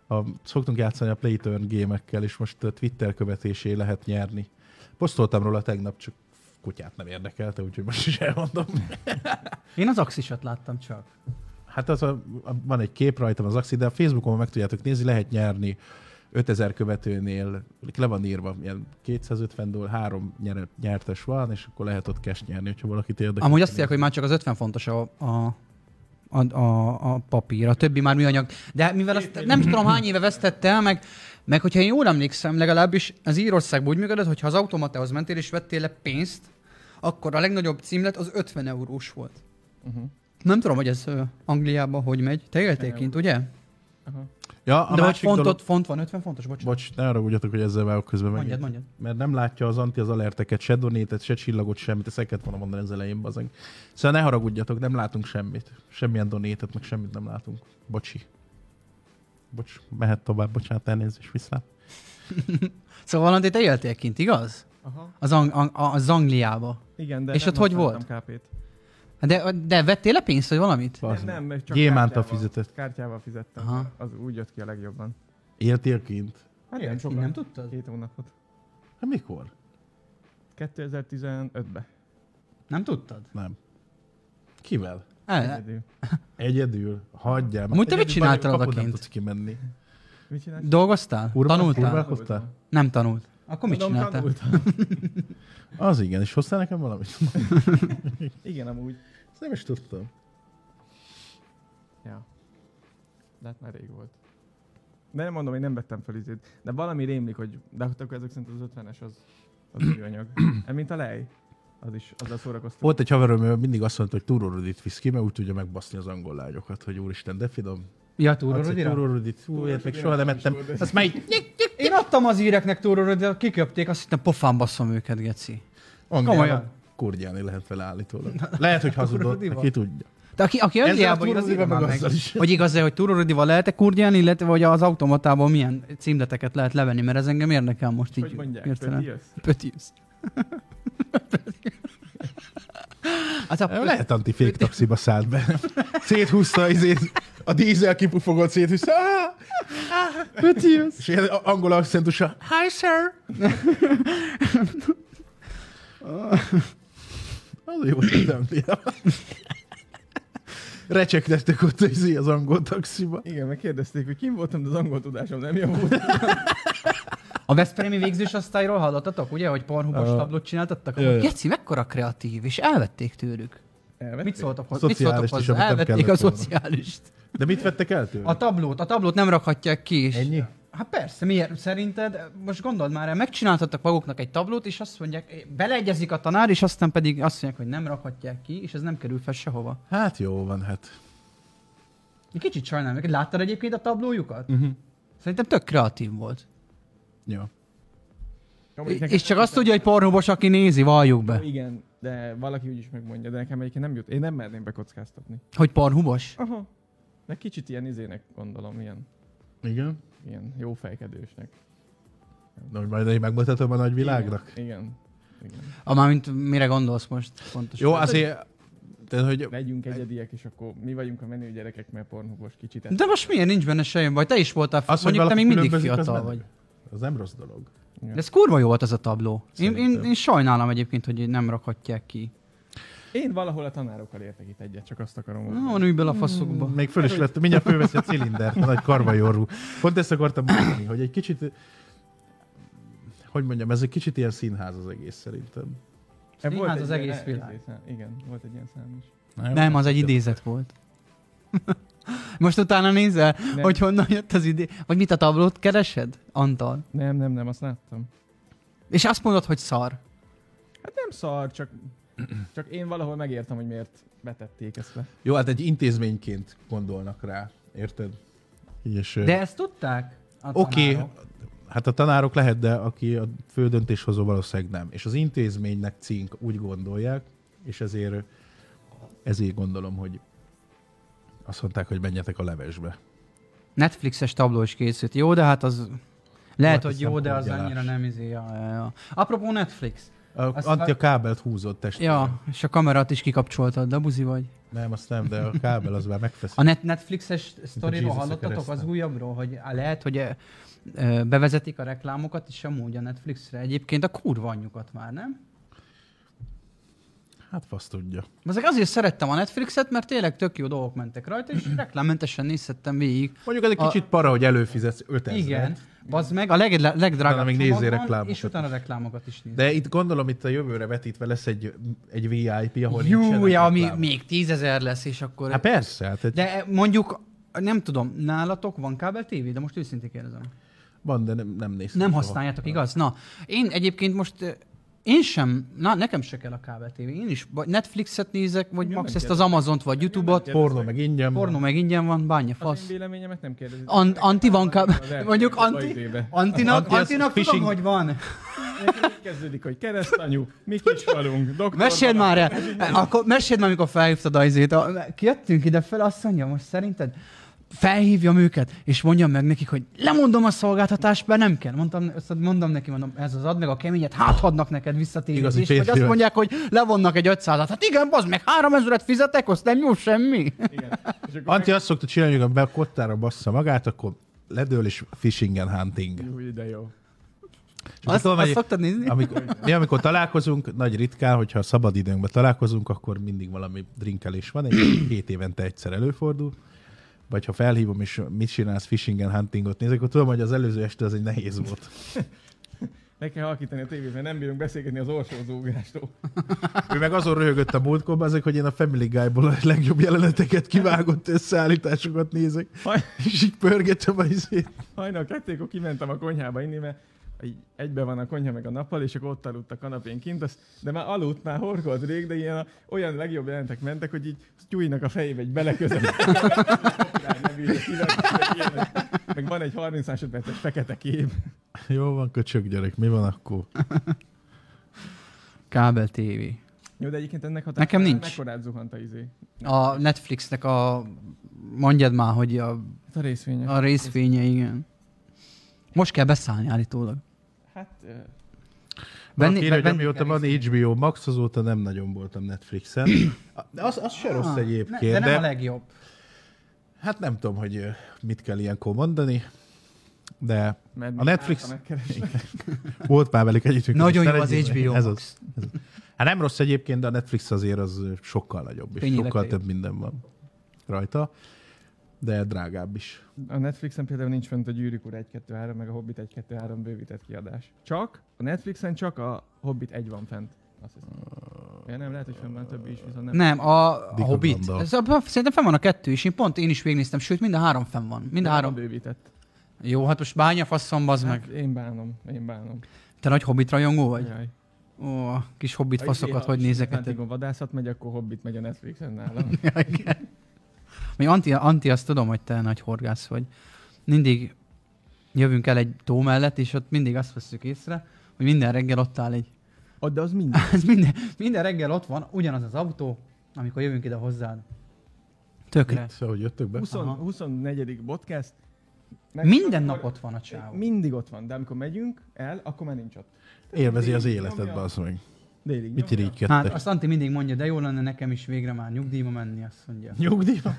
[SPEAKER 2] A, szoktunk játszani a Play Turn gémekkel, és most a Twitter követésé lehet nyerni. Posztoltam róla tegnap, csak kutyát nem érdekelte, úgyhogy most is elmondom.
[SPEAKER 3] Én az axisat láttam csak.
[SPEAKER 2] Hát az a, a, van egy kép rajtam az Axi, de a Facebookon meg tudjátok nézni, lehet nyerni 5000 követőnél, le van írva, ilyen 250 dollár, három nyer, nyertes van, és akkor lehet ott cash nyerni, hogyha valakit érdekel.
[SPEAKER 3] Amúgy azt írják, hogy már csak az 50 fontos a, a, a, a, a papír, a többi már műanyag. De mivel azt nem tudom hány éve vesztette el, meg, meg hogyha én jól emlékszem, legalábbis az Írországban úgy működött, hogy ha az automatához mentél és vettél le pénzt, akkor a legnagyobb címlet az 50 eurós volt.
[SPEAKER 4] Uh-huh.
[SPEAKER 3] Nem tudom, hogy ez ö, Angliában hogy megy. Te éltél kint, ugye?
[SPEAKER 4] Aha.
[SPEAKER 2] Ja, a
[SPEAKER 3] De vagy
[SPEAKER 2] másik
[SPEAKER 3] fontot,
[SPEAKER 2] dolog,
[SPEAKER 3] font van, 50 fontos, bocsánat.
[SPEAKER 2] Bocs, ne haragudjatok, hogy ezzel vágok közben meg.
[SPEAKER 3] Mondjad, mondjad.
[SPEAKER 2] Mert nem látja az anti az alerteket, se donétet, se csillagot, semmit. Ezt el kellett volna mondani az elején, bazeg. Szóval ne haragudjatok, nem látunk semmit. Semmilyen donétet, meg semmit nem látunk. Bocsi. Bocs, mehet tovább, bocsánat, elnézést, viszlát.
[SPEAKER 3] Szóval Andi, te éltél kint, igaz?
[SPEAKER 4] Aha.
[SPEAKER 3] Az, ang- ang- az Angliába.
[SPEAKER 4] Igen, de
[SPEAKER 3] És
[SPEAKER 4] nem
[SPEAKER 3] ott hogy
[SPEAKER 4] használtam KP-t.
[SPEAKER 3] De, de vettél le pénzt, vagy valamit?
[SPEAKER 4] Nem,
[SPEAKER 2] Bazd meg.
[SPEAKER 4] nem, mert csak
[SPEAKER 2] Gyémánta
[SPEAKER 4] kártyával-
[SPEAKER 2] fizetett.
[SPEAKER 4] Kártyával fizettem.
[SPEAKER 3] Aha.
[SPEAKER 4] Az úgy jött ki a legjobban.
[SPEAKER 2] Éltél kint?
[SPEAKER 4] Hát nem
[SPEAKER 3] Én
[SPEAKER 4] sokat.
[SPEAKER 3] nem tudtad?
[SPEAKER 4] Két hónapot.
[SPEAKER 2] Hát mikor?
[SPEAKER 4] 2015-ben.
[SPEAKER 3] Nem tudtad?
[SPEAKER 2] Nem. Kivel?
[SPEAKER 3] El,
[SPEAKER 4] Egyedül.
[SPEAKER 2] Egyedül. Hagyjál.
[SPEAKER 3] Amúgy te
[SPEAKER 2] Egyedül
[SPEAKER 3] mit csináltál
[SPEAKER 2] vagy, kapud
[SPEAKER 3] odakint?
[SPEAKER 2] Nem tudsz kimenni.
[SPEAKER 4] Mit csinálsz?
[SPEAKER 3] dolgoztál?
[SPEAKER 2] Kurva-
[SPEAKER 3] Tanultál?
[SPEAKER 2] kurva- Találkoztál?
[SPEAKER 3] Nem tanult. Akkor mit
[SPEAKER 4] Mondom,
[SPEAKER 3] csináltál?
[SPEAKER 4] tanultam.
[SPEAKER 2] Az igen, és hoztál nekem valamit?
[SPEAKER 4] Igen, amúgy.
[SPEAKER 2] Ezt nem is tudtam.
[SPEAKER 4] Ja. De hát már rég volt. De nem mondom, én nem vettem fel izét. De valami rémlik, hogy de hát akkor ezek szerint az 50-es az, az műanyag. Hát, mint a lej. Az is, azzal szórakoztam.
[SPEAKER 2] Volt egy haverom, ő mindig azt mondta, hogy túrórudit visz ki, mert úgy tudja megbaszni az angol lányokat, hogy úristen, de finom.
[SPEAKER 3] Ja,
[SPEAKER 2] Adsz egy
[SPEAKER 3] túrorudira?
[SPEAKER 2] Túrórudit, hú, ilyet még
[SPEAKER 4] Túrórudit
[SPEAKER 2] soha nem
[SPEAKER 4] nem
[SPEAKER 2] ettem.
[SPEAKER 4] is volt.
[SPEAKER 2] Azt már így
[SPEAKER 3] Én adtam az íreknek túrorudira, kiköpték, azt hittem pofán basszom őket, geci. Komolyan.
[SPEAKER 2] Angliában kurgyáni lehet vele állítólag. Lehet, hogy hazudott,
[SPEAKER 3] Túrórudira?
[SPEAKER 2] ki tudja.
[SPEAKER 3] De aki, aki Angliában
[SPEAKER 2] Ezzel a
[SPEAKER 3] az
[SPEAKER 2] túrórudira
[SPEAKER 3] írja már
[SPEAKER 2] meg
[SPEAKER 3] meg,
[SPEAKER 2] azzal is.
[SPEAKER 3] hogy igaz-e, hogy túrorudival lehet-e kurgyálni, illetve hogy az automatából milyen címleteket lehet levenni, mert ez engem érdekel most így.
[SPEAKER 4] Hogy mondják?
[SPEAKER 3] hirtelen.
[SPEAKER 4] Hogy jössz?
[SPEAKER 3] Pötius. hát a pö-
[SPEAKER 2] Lehet antifék taxiba szállt be. Széthúzta izét, a dízel kipufogott széthúzta. Ah!
[SPEAKER 3] Pötius.
[SPEAKER 2] És ilyen angol akcentusa. "Hát, Hi, sir! Az jó, hogy nem tudom. Recsegtettek ott az, izé az angol taxiba.
[SPEAKER 4] Igen, meg kérdezték, hogy kim voltam, de az angol tudásom nem javult.
[SPEAKER 3] A Veszprémi végzős osztályról hallottatok, ugye, hogy pornhubos
[SPEAKER 2] Ö,
[SPEAKER 3] tablót csináltattak?
[SPEAKER 2] jaj, jaj.
[SPEAKER 3] Geci, mekkora kreatív, és elvették tőlük.
[SPEAKER 4] Elvették?
[SPEAKER 3] Mit szóltak, hozzá? mit
[SPEAKER 2] Szociálist
[SPEAKER 3] szóltak
[SPEAKER 2] is,
[SPEAKER 3] hozzá?
[SPEAKER 2] amit nem
[SPEAKER 3] Elvették
[SPEAKER 2] kellett
[SPEAKER 3] a
[SPEAKER 2] volna.
[SPEAKER 3] szociálist.
[SPEAKER 2] De mit vettek el tőle?
[SPEAKER 3] A tablót, a tablót nem rakhatják ki is.
[SPEAKER 2] Ennyi?
[SPEAKER 3] Hát persze, miért szerinted? Most gondold már el, megcsináltattak maguknak egy tablót, és azt mondják, beleegyezik a tanár, és aztán pedig azt mondják, hogy nem rakhatják ki, és ez nem kerül fel sehova.
[SPEAKER 2] Hát jó van, hát.
[SPEAKER 3] Egy Kicsit sajnálom, őket. láttad egyébként a tablójukat?
[SPEAKER 2] Mhm.
[SPEAKER 3] Uh-huh. Szerintem tök kreatív volt.
[SPEAKER 2] Jó.
[SPEAKER 4] Ja,
[SPEAKER 3] És-
[SPEAKER 4] mondjuk nekem
[SPEAKER 3] És csak
[SPEAKER 4] nem
[SPEAKER 3] azt tudja, hogy pornhubos, aki nézi, valljuk be.
[SPEAKER 4] Igen, de valaki úgyis megmondja, de nekem egyébként nem jut. Én nem merném bekockáztatni.
[SPEAKER 3] Hogy pornhubos?
[SPEAKER 4] Aha. De kicsit ilyen izének gondolom, ilyen,
[SPEAKER 2] Igen.
[SPEAKER 4] ilyen jó fejkedősnek.
[SPEAKER 2] Na, hogy majd én megmutatom a nagyvilágnak.
[SPEAKER 4] Igen. Igen.
[SPEAKER 3] A mármint mire gondolsz most pontosan?
[SPEAKER 2] Jó, azért... Tehát, hogy
[SPEAKER 4] Legyünk egyediek, és akkor mi vagyunk a menő gyerekek, mert pornhubos kicsit.
[SPEAKER 3] De most miért nincs benne semmi baj? Te is voltál,
[SPEAKER 2] az,
[SPEAKER 3] az, mondjuk te
[SPEAKER 2] valaki
[SPEAKER 3] még mindig
[SPEAKER 2] különbözik, az
[SPEAKER 3] fiatal
[SPEAKER 2] menő.
[SPEAKER 3] vagy.
[SPEAKER 2] Az nem rossz dolog.
[SPEAKER 3] De ez kurva jó volt az a tabló. Én, én,
[SPEAKER 2] Szerintem.
[SPEAKER 3] én, sajnálom egyébként, hogy nem rakhatják ki.
[SPEAKER 4] Én valahol a tanárokkal értek itt egyet, csak azt akarom
[SPEAKER 3] Na, van ülj bele a faszokba.
[SPEAKER 2] Még föl is lett, mindjárt fölveszi a cilindert, a nagy karvajorú. Pont ezt akartam mondani, hogy egy kicsit hogy mondjam, ez egy kicsit ilyen színház az egész szerintem.
[SPEAKER 4] E, volt
[SPEAKER 3] Színház
[SPEAKER 4] egy
[SPEAKER 3] hát az
[SPEAKER 4] ilyen-
[SPEAKER 3] egész
[SPEAKER 4] egy
[SPEAKER 3] világ.
[SPEAKER 4] ilyen szám- Igen, volt egy ilyen szám is.
[SPEAKER 2] Na jó,
[SPEAKER 3] Nem, az egy
[SPEAKER 2] jó.
[SPEAKER 3] idézet volt. Most utána nézel,
[SPEAKER 4] Nem,
[SPEAKER 3] hogy honnan jött az idé. Vagy mit a tablót keresed, Antal?
[SPEAKER 4] nem, nem, nem, azt láttam.
[SPEAKER 3] És azt mondod, hogy szar.
[SPEAKER 4] Hát nem szar, csak, csak én valahol megértem, hogy miért betették ezt le.
[SPEAKER 2] Jó, hát egy intézményként gondolnak rá, érted? És, ö,
[SPEAKER 3] De ezt tudták? a
[SPEAKER 2] Oké,
[SPEAKER 3] tanárok?
[SPEAKER 2] hát a tanárok lehet, de aki a fő döntéshozó valószínűleg nem. És az intézménynek cink úgy gondolják, és ezért, ezért gondolom, hogy azt mondták, hogy menjetek a levesbe.
[SPEAKER 3] Netflixes tabló is készült. Jó, de hát az... Lehet,
[SPEAKER 2] Hát
[SPEAKER 3] hogy
[SPEAKER 2] ez
[SPEAKER 3] jó,
[SPEAKER 2] nem
[SPEAKER 3] de az
[SPEAKER 2] kódolás.
[SPEAKER 3] annyira nem izé. Ja, ja, ja. Apropó Netflix.
[SPEAKER 2] A,
[SPEAKER 3] Azt
[SPEAKER 2] Antti
[SPEAKER 3] a-
[SPEAKER 2] a kábelt húzott testvére.
[SPEAKER 3] Ja, és a kamerát is kikapcsoltad, de buzi vagy.
[SPEAKER 2] Nem, azt nem, de a kábel az már megfeszít.
[SPEAKER 3] A net- Netflixes sztoriról
[SPEAKER 2] Jézus a
[SPEAKER 3] hallottatok az
[SPEAKER 2] kereszten.
[SPEAKER 3] újabbról, hogy á, lehet, hogy e, e, bevezetik a reklámokat is amúgy a Netflixre. Egyébként a kurva anyjukat már, nem?
[SPEAKER 2] Hát fasz tudja.
[SPEAKER 3] Ezek azért szerettem a Netflixet, mert tényleg tök jó dolgok mentek rajta, és reklámmentesen nézhettem végig.
[SPEAKER 2] Mondjuk ez egy
[SPEAKER 3] A-
[SPEAKER 2] kicsit para, hogy előfizetsz 5000
[SPEAKER 3] Igen, az meg a leg, legdrágább
[SPEAKER 2] még nézi
[SPEAKER 3] csomagban,
[SPEAKER 2] reklámokat
[SPEAKER 3] és utána reklámokat is néz.
[SPEAKER 2] De itt gondolom, itt a jövőre vetítve lesz egy, egy VIP, ahol
[SPEAKER 3] Jú,
[SPEAKER 2] nincsenek
[SPEAKER 3] ja, ami
[SPEAKER 2] reklámok.
[SPEAKER 3] még tízezer lesz, és akkor...
[SPEAKER 2] Hát persze, hát egy, de...
[SPEAKER 3] De mondjuk, nem tudom, nálatok van kábel tévé? De most őszintén kérdezem.
[SPEAKER 2] van, de nem, nem néztem.
[SPEAKER 3] Nem
[SPEAKER 2] soha.
[SPEAKER 3] használjátok, igaz? Na, én egyébként most ö, én sem, na, nekem se kell a kábel TV. Én is vagy Netflixet nézek, vagy max ezt az Amazont, vagy YouTube-ot.
[SPEAKER 2] Pornó meg Hát ingyen. van.
[SPEAKER 3] Pornó meg ingyen van, bánja
[SPEAKER 4] Az én
[SPEAKER 3] fasz.
[SPEAKER 4] véleményemet nem kérdezik.
[SPEAKER 3] Ant- anti van
[SPEAKER 4] Az
[SPEAKER 3] kábel.
[SPEAKER 4] elfogadott
[SPEAKER 3] Mondjuk
[SPEAKER 4] a
[SPEAKER 3] anti,
[SPEAKER 4] izébe.
[SPEAKER 3] antinak,
[SPEAKER 2] Anti az
[SPEAKER 3] antinak tudom,
[SPEAKER 2] phishing.
[SPEAKER 3] hogy van.
[SPEAKER 4] Nekem így kezdődik, hogy keresztanyú, mi kis falunk, doktor.
[SPEAKER 3] Meséld
[SPEAKER 4] Balázs.
[SPEAKER 3] már el, akkor meséld már, amikor felhívtad a izét. A- Kijöttünk ide fel, azt mondja, most szerinted felhívjam őket, és mondjam meg nekik, hogy lemondom a szolgáltatást, mert nem kell. Mondtam, azt mondom neki, mondom, ez az ad meg a keményet, hát adnak neked
[SPEAKER 2] Igazi
[SPEAKER 3] visszatérítést.
[SPEAKER 2] férfi
[SPEAKER 3] Vagy azt
[SPEAKER 2] vagy.
[SPEAKER 3] mondják, hogy levonnak egy 500 Hát igen, bazd meg, 3000 fizetek, azt nem jó semmi.
[SPEAKER 4] Igen. És akkor
[SPEAKER 2] Anti azt szokta csinálni, hogy amikor a kottára bassza magát, akkor ledől és fishing and hunting.
[SPEAKER 4] Jó, ide jó.
[SPEAKER 2] És
[SPEAKER 3] Azt,
[SPEAKER 2] tudom,
[SPEAKER 3] azt
[SPEAKER 2] hogy
[SPEAKER 3] szoktad nézni?
[SPEAKER 2] amikor, mi amikor találkozunk, nagy ritkán, hogyha a szabad időnkben találkozunk, akkor mindig valami drinkelés van, egy két évente egyszer előfordul. Vagy ha felhívom, és mit csinálsz, fishing and huntingot nézek, akkor tudom, hogy az előző este az egy nehéz volt.
[SPEAKER 4] Le kell halkítani a tévét, mert nem bírunk beszélgetni az orsózógástól.
[SPEAKER 2] Ő meg azon röhögött a múltkor, ezek, hogy én a Family Guy-ból a legjobb jeleneteket kivágott összeállításokat nézek,
[SPEAKER 4] Haj,
[SPEAKER 2] és így pörgetem a izét.
[SPEAKER 4] hajnal kettékor kimentem a konyhába inni, mert így egybe van a konyha meg a nappal, és akkor ott aludt a kanapén kint, az, de már aludt, már horkolt rég, de ilyen a, olyan legjobb jelentek mentek, hogy így tyújnak a fejébe, egy beleközöm. meg van egy 30 másodperces fekete kép.
[SPEAKER 2] Jó van, köcsög gyerek, mi van akkor?
[SPEAKER 3] Kábel tévé.
[SPEAKER 4] Jó, de egyébként ennek hatására
[SPEAKER 3] Nekem nincs.
[SPEAKER 4] Mekkorát zuhant a izé?
[SPEAKER 3] A Netflixnek a... Mondjad már, hogy a,
[SPEAKER 4] Hát a részvények.
[SPEAKER 3] a részvénye, igen. Most kell beszállni állítólag.
[SPEAKER 4] Hát, ö,
[SPEAKER 2] Benni, Aki, hogy
[SPEAKER 3] benni
[SPEAKER 2] amióta
[SPEAKER 3] kell
[SPEAKER 2] van HBO Max, azóta nem nagyon voltam Netflixen. De az, az se rossz
[SPEAKER 3] Ah,
[SPEAKER 2] egyébként,
[SPEAKER 3] Ne, de
[SPEAKER 2] de,
[SPEAKER 3] nem a legjobb.
[SPEAKER 2] hát nem tudom, hogy ö, mit kell ilyenkor mondani, de
[SPEAKER 4] mert
[SPEAKER 2] A Netflix-
[SPEAKER 4] megkeresnek.
[SPEAKER 2] volt már velük együtt.
[SPEAKER 3] Nagyon jó az HBO
[SPEAKER 2] Ez az.
[SPEAKER 3] Max.
[SPEAKER 2] Hát nem rossz egyébként, de a Netflix azért az ö, sokkal nagyobb, és
[SPEAKER 3] Tényleg
[SPEAKER 2] sokkal
[SPEAKER 3] jobb.
[SPEAKER 2] több minden van rajta, de drágább is.
[SPEAKER 4] A Netflixen például nincs fent a Gyűrűk ura 1 2 3, meg a Hobbit 1 2 3 bővített kiadás. Csak a Netflixen csak a Hobbit 1 van fent. Azt hiszem. Ja, nem, lehet, hogy fent van többi is, viszont nem.
[SPEAKER 3] Nem, a, a
[SPEAKER 2] Dick
[SPEAKER 3] Hobbit.
[SPEAKER 2] Gandalf.
[SPEAKER 3] Ez a, szerintem fenn van a kettő is. Én pont én is végignéztem, sőt, mind a három fenn van. Mind a
[SPEAKER 4] Nem,
[SPEAKER 3] három.
[SPEAKER 4] bővített.
[SPEAKER 3] Jó, hát most bánya faszom, bazd
[SPEAKER 4] Hát,
[SPEAKER 3] meg.
[SPEAKER 4] én bánom, én bánom.
[SPEAKER 3] Te nagy hobbit rajongó vagy?
[SPEAKER 4] Jaj.
[SPEAKER 3] Ó, a kis hobbit
[SPEAKER 4] Ha
[SPEAKER 3] faszokat,
[SPEAKER 4] izé,
[SPEAKER 3] hogy
[SPEAKER 4] ha
[SPEAKER 3] nézek
[SPEAKER 4] Antigone
[SPEAKER 3] neked.
[SPEAKER 4] vadászat megy, akkor Hobbit megy a Netflixen nálam.
[SPEAKER 3] Ja, igen. Még Anti, Anti, azt tudom, hogy te nagy horgász vagy. Mindig jövünk el egy tó mellett, és ott mindig azt veszük észre, hogy minden reggel ott áll egy
[SPEAKER 4] Ott, de az minden.
[SPEAKER 3] Ez minden, minden reggel ott van, ugyanaz az autó, amikor jövünk ide hozzád. Tökre.
[SPEAKER 2] Szóval, hogy jöttök be?
[SPEAKER 4] 20,
[SPEAKER 3] Aha.
[SPEAKER 4] 24. podcast.
[SPEAKER 3] Minden nap ott van a csávó.
[SPEAKER 4] Mindig ott van, de amikor megyünk el, akkor már nincs ott.
[SPEAKER 2] Élvezi az
[SPEAKER 4] Délig
[SPEAKER 2] életed,
[SPEAKER 4] nyomja.
[SPEAKER 2] bazd meg.
[SPEAKER 4] Délig.
[SPEAKER 2] Mit
[SPEAKER 4] nyomja.
[SPEAKER 2] irigykedtek?
[SPEAKER 3] Hát azt Anti mindig mondja, de jó lenne nekem is végre már nyugdíjba menni, azt mondja.
[SPEAKER 2] Nyugdíjban?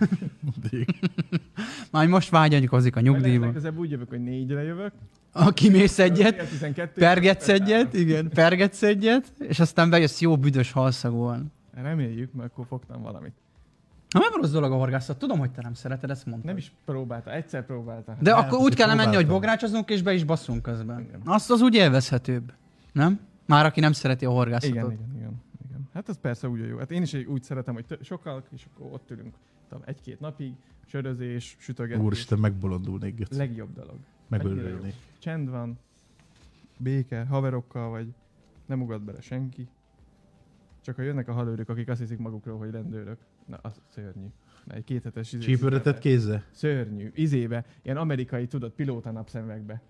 [SPEAKER 3] Már most vágyankozik a
[SPEAKER 4] Majd
[SPEAKER 3] nyugdíjba.
[SPEAKER 4] Legközelebb úgy jövök, hogy négyre jövök.
[SPEAKER 3] A kimész egyet,
[SPEAKER 4] Fél 12
[SPEAKER 3] pergetsz egyet, igen, pergetsz egyet, és aztán bejössz jó büdös halszagúan.
[SPEAKER 4] Reméljük, mert akkor fogtam valamit.
[SPEAKER 3] Na nem rossz dolog a horgászat, tudom, hogy te nem szereted, ezt mondtad.
[SPEAKER 4] Nem is próbálta, egyszer próbálta.
[SPEAKER 3] De akkor úgy
[SPEAKER 2] csak
[SPEAKER 3] kell menni, hogy
[SPEAKER 2] próbáltam.
[SPEAKER 3] bográcsozunk és be is basszunk közben.
[SPEAKER 4] Igen.
[SPEAKER 3] Azt az úgy élvezhetőbb, nem? Már aki nem szereti a horgászatot.
[SPEAKER 4] igen, igen, igen, igen. Hát ez persze úgy a jó. Hát én is így úgy szeretem, hogy tö- sokkal, és akkor ott ülünk tudom, egy-két napig, sörözés, sütögetés.
[SPEAKER 2] Úristen, megbolondulnék, Götz.
[SPEAKER 4] Legjobb dolog. Annyira jó.
[SPEAKER 2] Megőrülnék.
[SPEAKER 4] Csend van, béke, haverokkal vagy, nem ugat bele senki. Csak ha jönnek a halőrök, akik azt hiszik magukról, hogy rendőrök. Na, az szörnyű. Na, egy kéthetes izé-
[SPEAKER 2] Csípőretet kézzel?
[SPEAKER 4] Szörnyű. Izébe, ilyen amerikai, tudod, pilóta napszemvekbe.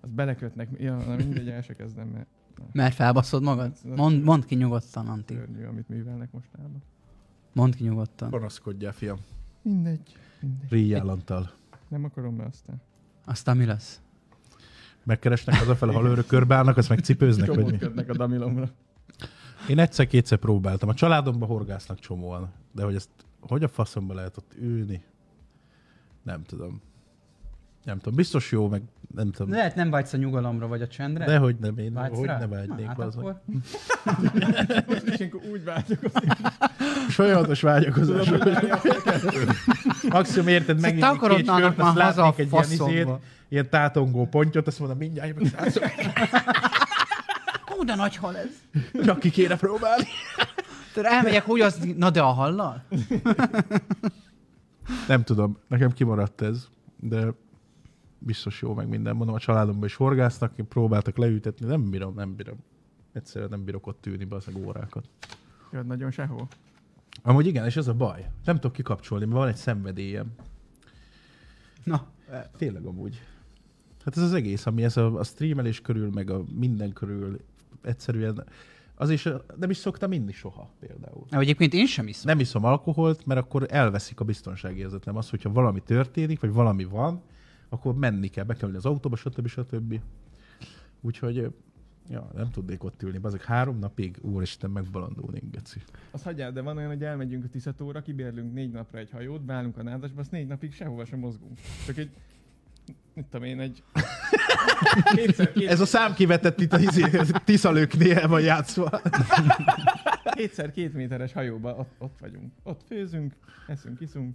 [SPEAKER 4] Az belekötnek. Ja, na mindegy, el se kezdem, mert
[SPEAKER 3] Mert felbaszod magad? Mond, mondd ki nyugodtan, Anti.
[SPEAKER 4] szörnyű, amit művelnek mostanában.
[SPEAKER 3] Mondd ki nyugodtan.
[SPEAKER 2] Panaszkodjál, fiam.
[SPEAKER 4] Mindegy. mindegy.
[SPEAKER 2] Ríjjál Antal.
[SPEAKER 4] Nem akarom, mert aztán.
[SPEAKER 3] Aztán mi lesz?
[SPEAKER 2] Megkeresnek hazafele, halőrök körbeállnak, azt meg cipőznek, vagy mi?
[SPEAKER 4] Csomódködnek a damilomra.
[SPEAKER 2] Én egyszer-kétszer próbáltam. A családomban horgásznak csomóan. De hogy ezt hogy a faszomba lehet ott ülni? Nem tudom. Nem tudom. Biztos jó, meg nem tudom.
[SPEAKER 3] Lehet nem vágysz a nyugalomra vagy a csendre?
[SPEAKER 2] De hogy nem, én
[SPEAKER 3] vágysz
[SPEAKER 2] hogy
[SPEAKER 3] rá?
[SPEAKER 2] nem
[SPEAKER 3] Na,
[SPEAKER 2] vágynék
[SPEAKER 3] hát
[SPEAKER 2] az.
[SPEAKER 3] akkor...
[SPEAKER 4] Most is ilyenkor úgy vágyok,
[SPEAKER 2] Folyamatos vágyakozás. Maximum érted, megnézni
[SPEAKER 3] Szóval
[SPEAKER 2] két
[SPEAKER 3] takarodnának
[SPEAKER 2] kört, azt
[SPEAKER 3] már haza a
[SPEAKER 2] látnék egy ilyen, izét,
[SPEAKER 3] faszomba.
[SPEAKER 2] ilyen tátongó pontyot, azt mondom, mindjárt meg szállszok.
[SPEAKER 3] Ó, de nagy hal ez.
[SPEAKER 2] Csak ki kéne próbálni.
[SPEAKER 3] Tehát elmegyek úgy, az... Na de a hallal?
[SPEAKER 2] Nem tudom, nekem kimaradt ez, de biztos jó meg minden. Mondom, a családomban is horgásznak, próbáltak leütetni, nem bírom, nem bírom. Egyszerűen nem bírok ott ülni be az órákat.
[SPEAKER 4] Jön nagyon sehol.
[SPEAKER 2] Amúgy igen, és ez a baj. Nem tudok kikapcsolni, mert van egy szenvedélyem.
[SPEAKER 3] Na,
[SPEAKER 2] Tényleg amúgy. Hát ez az egész, ami ez a, a streamelés körül, meg a minden körül egyszerűen... Az is, nem is szoktam inni soha például.
[SPEAKER 3] Na, egyébként én sem iszom.
[SPEAKER 2] Nem iszom alkoholt, mert akkor elveszik a biztonságérzetem. Az, hogyha valami történik, vagy valami van, akkor menni kell, be kell ülni az autóba, stb. stb. Úgyhogy ja, nem tudnék ott ülni. Ezek három napig, úristen, megbolondulnék, geci.
[SPEAKER 4] Azt hagyjál, de van olyan, hogy elmegyünk a Tiszatóra, kibérlünk négy napra egy hajót, beállunk a nádasba, azt négy napig sehova sem mozgunk. Csak egy, mit tudom én, egy... Kétszer, kétszer,
[SPEAKER 2] Ez a szám kivetett itt a izé- tiszalőknél van játszva.
[SPEAKER 4] kétszer két méteres hajóba ott, ott vagyunk. Ott főzünk, eszünk, iszunk.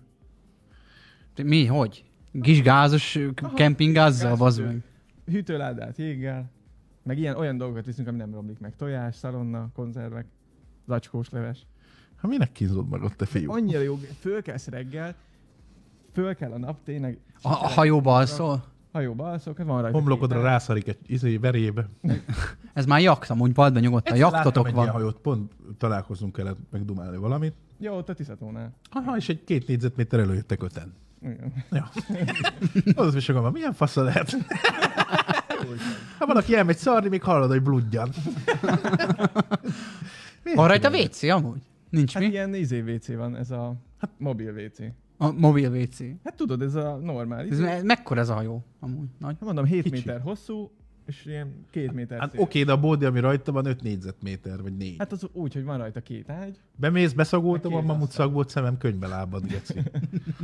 [SPEAKER 3] Mi, hogy? Kis gázos ö, kempinggázzal,
[SPEAKER 4] gázos
[SPEAKER 3] bazd
[SPEAKER 4] ő.
[SPEAKER 3] meg.
[SPEAKER 4] hűtőládát jéggel, meg ilyen olyan dolgokat viszünk, ami nem romlik meg. Tojás, szalonna, konzervek, zacskós leves.
[SPEAKER 2] Ha minek kínzod magad, te fiú?
[SPEAKER 4] Annyira jó, fölkelsz reggel, föl kell a nap, tényleg
[SPEAKER 3] A, a hajóba alszol?
[SPEAKER 4] hajóba alszok, hát van rajta.
[SPEAKER 2] Homlokodra
[SPEAKER 4] két-
[SPEAKER 2] rászarik egy izé verébe.
[SPEAKER 3] Ez már jakt, amúgy bald be nyugodtan. Jaktotok
[SPEAKER 2] Láttam egy ilyen
[SPEAKER 3] van.
[SPEAKER 2] hajót, pont találkozunk kellett megdumálni valamit.
[SPEAKER 4] Jó, ott a Tiszatónál.
[SPEAKER 2] Aha, és egy két négyzetméter előjöttek öten.
[SPEAKER 4] Igen.
[SPEAKER 2] Ja. Az is van, milyen fasza lehet? Ha valaki elmegy szarni, még hallod, hogy bludjan.
[SPEAKER 4] Hát
[SPEAKER 2] Miért
[SPEAKER 3] Van rajta
[SPEAKER 2] csinálod?
[SPEAKER 3] WC amúgy? Nincs
[SPEAKER 4] Hát
[SPEAKER 3] mi?
[SPEAKER 4] ilyen izé WC van, ez a hát, mobil WC.
[SPEAKER 3] A mobil WC.
[SPEAKER 4] Hát tudod, ez a normál.
[SPEAKER 3] Ez
[SPEAKER 4] Izé.
[SPEAKER 3] me- mekkora ez a hajó amúgy? Nagy.
[SPEAKER 4] Hát mondom, 7
[SPEAKER 2] Kicsi.
[SPEAKER 4] méter hosszú, és ilyen 2 méter
[SPEAKER 2] Hát
[SPEAKER 4] szél.
[SPEAKER 2] oké, de a bódi, ami rajta van, 5 négyzetméter, vagy 4. Hát,
[SPEAKER 4] Hát az úgy, hogy van rajta két ágy.
[SPEAKER 2] Bemész, beszagoltam, a
[SPEAKER 4] Két
[SPEAKER 2] mamut
[SPEAKER 4] asztal.
[SPEAKER 2] szagbolt szemem könyvbe lábad, geci.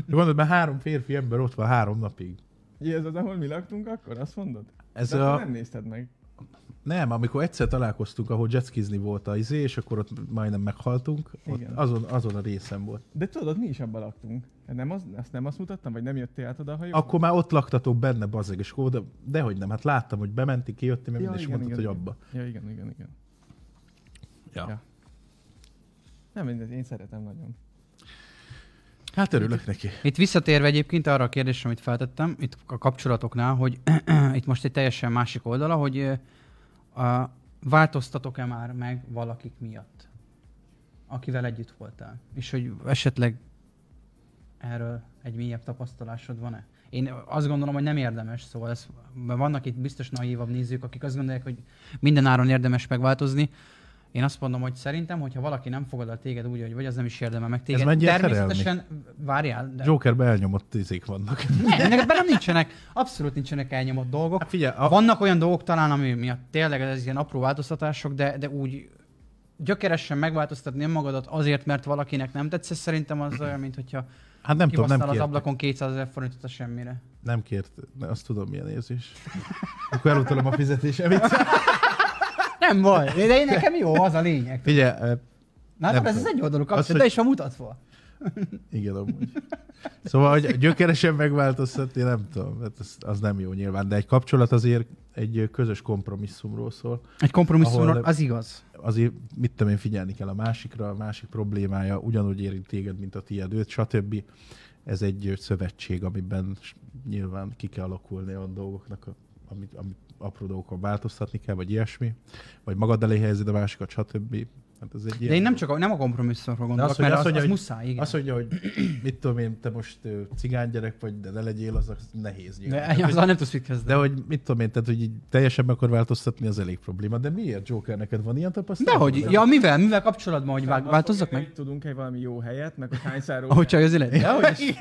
[SPEAKER 2] Gondolod, mert három férfi ember ott van három napig.
[SPEAKER 4] Ja, Ez az, ahol mi laktunk akkor, azt mondod?
[SPEAKER 2] Ez
[SPEAKER 4] De
[SPEAKER 2] a...
[SPEAKER 4] a... nem nézted meg.
[SPEAKER 2] Nem, amikor egyszer találkoztunk, ahol jetskizni volt a izé, és akkor ott majdnem meghaltunk, ott
[SPEAKER 4] Igen.
[SPEAKER 2] azon, azon a részen volt.
[SPEAKER 4] De tudod, mi is abban laktunk. Hát Nem az, azt nem azt mutattam, vagy nem jöttél át oda a hajóba?
[SPEAKER 2] Akkor már ott laktatok benne, bazeg, és akkor de, dehogy nem, hát láttam, hogy bementi, kijöttem, ja,
[SPEAKER 4] Ja,
[SPEAKER 2] minden, és
[SPEAKER 4] igen,
[SPEAKER 2] mondtad,
[SPEAKER 4] igen,
[SPEAKER 2] hogy
[SPEAKER 4] igen.
[SPEAKER 2] abba.
[SPEAKER 4] Ja, igen, igen, igen.
[SPEAKER 2] Ja.
[SPEAKER 4] Ja. Nem mindegy, én szeretem nagyon.
[SPEAKER 2] Hát örülök neki.
[SPEAKER 3] Itt visszatérve egyébként arra a kérdésre, amit feltettem, itt a kapcsolatoknál, hogy itt most egy teljesen másik oldala, hogy ö, a, változtatok-e már meg valakik miatt, akivel együtt voltál, és hogy esetleg erről egy mélyebb tapasztalásod van-e? Én azt gondolom, hogy nem érdemes, szóval ez, mert vannak itt biztos naívabb nézők, akik azt gondolják, hogy mindenáron érdemes megváltozni. Én azt mondom, hogy szerintem, hogyha valaki nem fogad el téged úgy, hogy vagy, az nem is érdemel meg téged.
[SPEAKER 2] mennyire szerelmi?
[SPEAKER 3] Természetesen, várjál, de
[SPEAKER 2] Jokerbe elnyomott izék vannak.
[SPEAKER 3] nem, ennek ebben nem nincsenek, abszolút nincsenek elnyomott dolgok.
[SPEAKER 2] Hát figyelj, a-
[SPEAKER 3] Vannak olyan dolgok talán, ami miatt tényleg ez ilyen apró változtatások, de, de úgy gyökeresen megváltoztatni önmagadat azért, mert valakinek nem tetszett, szerintem az olyan, mint hogyha
[SPEAKER 2] Hát nem tudom,
[SPEAKER 3] kibasztál
[SPEAKER 2] nem
[SPEAKER 3] az
[SPEAKER 2] kért.
[SPEAKER 3] ablakon 200 ezer forintot a semmire.
[SPEAKER 2] Nem kért, de azt tudom, milyen érzés. Akkor elutalom a fizetésemet.
[SPEAKER 3] Nem baj, de én nekem jó, az a lényeg.
[SPEAKER 2] Figyelj, eh,
[SPEAKER 3] Na, hát
[SPEAKER 2] Nem
[SPEAKER 3] ez az
[SPEAKER 2] tudom.
[SPEAKER 3] egy oldalú
[SPEAKER 2] Az,
[SPEAKER 3] kapcsolat,
[SPEAKER 2] hogy-
[SPEAKER 3] de is van mutatva.
[SPEAKER 2] Igen, amúgy. Szóval, hogy gyökeresen megváltoztatni, nem tudom, hát az, az nem jó nyilván, de egy kapcsolat azért egy közös kompromisszumról szól.
[SPEAKER 3] Egy kompromisszumról,
[SPEAKER 2] Ahol-
[SPEAKER 3] az igaz.
[SPEAKER 2] Azért, mit tudom én, figyelni kell a másikra, a másik problémája ugyanúgy érint téged, mint a tiéd, őt, stb. Ez egy szövetség, amiben s- nyilván ki kell alakulni olyan dolgoknak, a- amit, amit apró dolgokon változtatni kell, vagy ilyesmi, vagy magad elé helyezed a másikat, stb. Hát ez egy
[SPEAKER 3] De én nem csak a, nem a kompromisszumról
[SPEAKER 2] De
[SPEAKER 3] gondolok,
[SPEAKER 2] azt, hogy,
[SPEAKER 3] mert
[SPEAKER 2] azt,
[SPEAKER 3] az,
[SPEAKER 2] mondja,
[SPEAKER 3] az
[SPEAKER 2] hogy,
[SPEAKER 3] muszáj, igen.
[SPEAKER 2] azt mondja, hogy mit tudom én, te most ö, cigány gyerek vagy, de ne legyél, az, az nehéz. nyilván.
[SPEAKER 3] de
[SPEAKER 2] Tehát, hogy-
[SPEAKER 3] azzal nem tudsz mit kezdeni.
[SPEAKER 2] de hogy mit tudom én, tehát hogy így teljesen meg akar változtatni, az elég probléma. De miért, Joker, neked van ilyen tapasztalat?
[SPEAKER 3] Dehogy, ja, mivel, mivel kapcsolatban, hogy vág, változzak meg?
[SPEAKER 4] Tudunk-e valami jó helyet, meg a hányszáró?
[SPEAKER 3] Ahogy csak az élet. Dehogy is.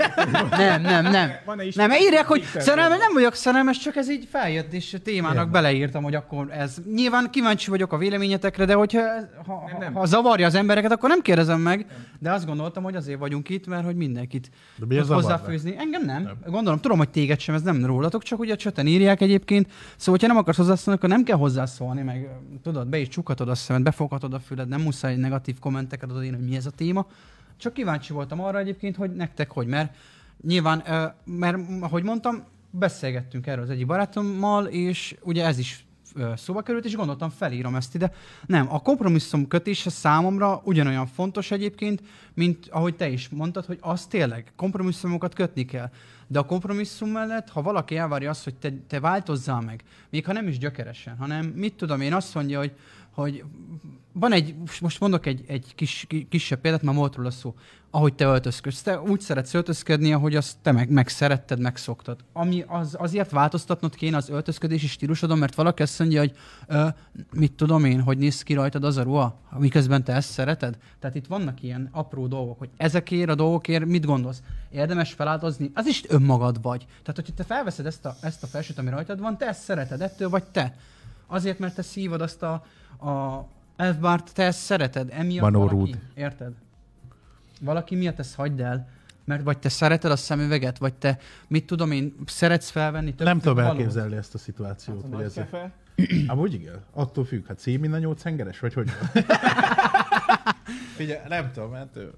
[SPEAKER 3] Nem, nem, nem.
[SPEAKER 4] Van-e is-
[SPEAKER 3] Nem, írják, hogy
[SPEAKER 4] Isten
[SPEAKER 3] szerelmes, nem vagyok szerelmes, csak ez így feljött, és témának beleírtam, hogy akkor ez. nyilván kíváncsi vagyok a véleményetekre, de hogyha ez- ha,
[SPEAKER 4] Nem, nem.
[SPEAKER 3] ha, ha zavarja az embereket, akkor nem kérdezem meg, de azt gondoltam, hogy azért vagyunk itt, mert hogy mindenkit
[SPEAKER 2] De mi
[SPEAKER 3] tud
[SPEAKER 2] az zavarnak?
[SPEAKER 3] hozzáfőzni. Engem nem. Gondolom, tudom, hogy téged sem, ez nem rólatok, csak ugye csöten írják egyébként. Szóval, hogyha nem akarsz hozzászólni, akkor nem kell hozzászólni, meg ö, tudod, be is csukhatod a szemed, befoghatod a füled, nem muszáj negatív kommenteket adni, hogy mi ez a téma. Csak kíváncsi voltam arra egyébként, hogy nektek hogy, mert nyilván, ö, mert m- ahogy mondtam, beszélgettünk erről az egyik barátommal, és ugye ez is ö, szóba került, és gondoltam, felírom ezt ide. Nem, a kompromisszum kötése számomra ugyanolyan fontos egyébként, mint ahogy te is mondtad, hogy az tényleg, kompromisszumokat kötni kell. De a kompromisszum mellett, ha valaki elvárja azt, hogy te, te változzál meg, még ha nem is gyökeresen, hanem mit tudom én, azt mondja, hogy, hogy van egy, most mondok egy, egy kis, ki- kisebb példát, már volt róla szó, ahogy te öltözködsz. Te úgy szeretsz öltözködni, ahogy azt te meg, meg szeretted, megszoktad. Ami az, azért változtatnod kéne az öltözködési stílusodon, mert valaki azt mondja, hogy ö, mit tudom én, hogy néz ki rajtad az a ruha, miközben te ezt szereted. Tehát itt vannak ilyen apró dolgok, hogy ezekért a dolgokért mit gondolsz? Érdemes feláldozni? Az is önmagad vagy. Tehát, hogyha te felveszed ezt a, ezt a felsőt, ami rajtad van, te ezt szereted, ettől vagy te. Azért, mert te szívod azt a, a Elfbárt, te ezt szereted, emiatt
[SPEAKER 2] Manó
[SPEAKER 3] valaki,
[SPEAKER 2] Rúd.
[SPEAKER 3] érted? Valaki miatt ezt hagyd el, mert vagy te szereted a szemüveget, vagy te, mit tudom én, szeretsz felvenni több
[SPEAKER 2] Nem tudom
[SPEAKER 3] valót.
[SPEAKER 2] elképzelni ezt a szituációt,
[SPEAKER 4] Hát, A
[SPEAKER 2] hogy
[SPEAKER 4] nagy
[SPEAKER 2] ez...
[SPEAKER 4] kefe?
[SPEAKER 2] Amúgy igen, attól függ, hát Cémin a nyolc hengeres, vagy hogy van? Figyelj, nem tudom, hát ő-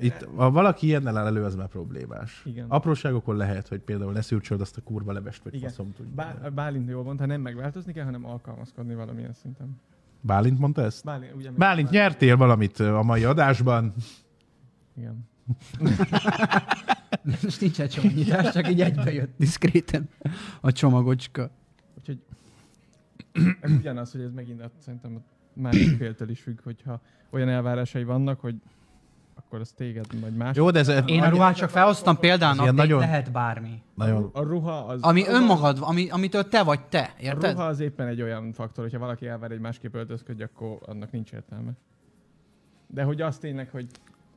[SPEAKER 2] itt, ha valaki ilyennel áll elő, az már problémás.
[SPEAKER 4] Igen.
[SPEAKER 2] Apróságokon lehet, hogy például ne szürcsöld azt a kurva levest, vagy
[SPEAKER 4] Igen.
[SPEAKER 2] faszom tudja.
[SPEAKER 4] Bá- Bálint jól mondta, nem megváltozni kell, hanem alkalmazkodni valamilyen szinten.
[SPEAKER 2] Bálint mondta ezt?
[SPEAKER 4] Bálint, ugye?
[SPEAKER 2] Bálint, nyertél valamit ö, a mai adásban.
[SPEAKER 4] Igen.
[SPEAKER 3] Most nincs egy csomagnyitás, csak így egybe jött diszkréten a csomagocska.
[SPEAKER 4] Úgyhogy ez ugyanaz, hogy ez megint a, szerintem a másik féltől is függ, hogyha olyan elvárásai vannak, hogy akkor az téged vagy más.
[SPEAKER 2] Jó, de ez
[SPEAKER 3] Én a ruhát csak felhoztam példának, de
[SPEAKER 2] Ilyen
[SPEAKER 3] nagyon...
[SPEAKER 2] nagyon-
[SPEAKER 3] lehet bármi.
[SPEAKER 2] nagyon...
[SPEAKER 4] A ruha az...
[SPEAKER 3] Ami
[SPEAKER 4] a ruha-
[SPEAKER 3] önmagad, ami, amitől te vagy te,
[SPEAKER 4] A
[SPEAKER 3] érted?
[SPEAKER 4] ruha az éppen egy olyan faktor, hogyha valaki elvár egy másképp öltözködj, akkor annak nincs értelme. De hogy az tényleg, hogy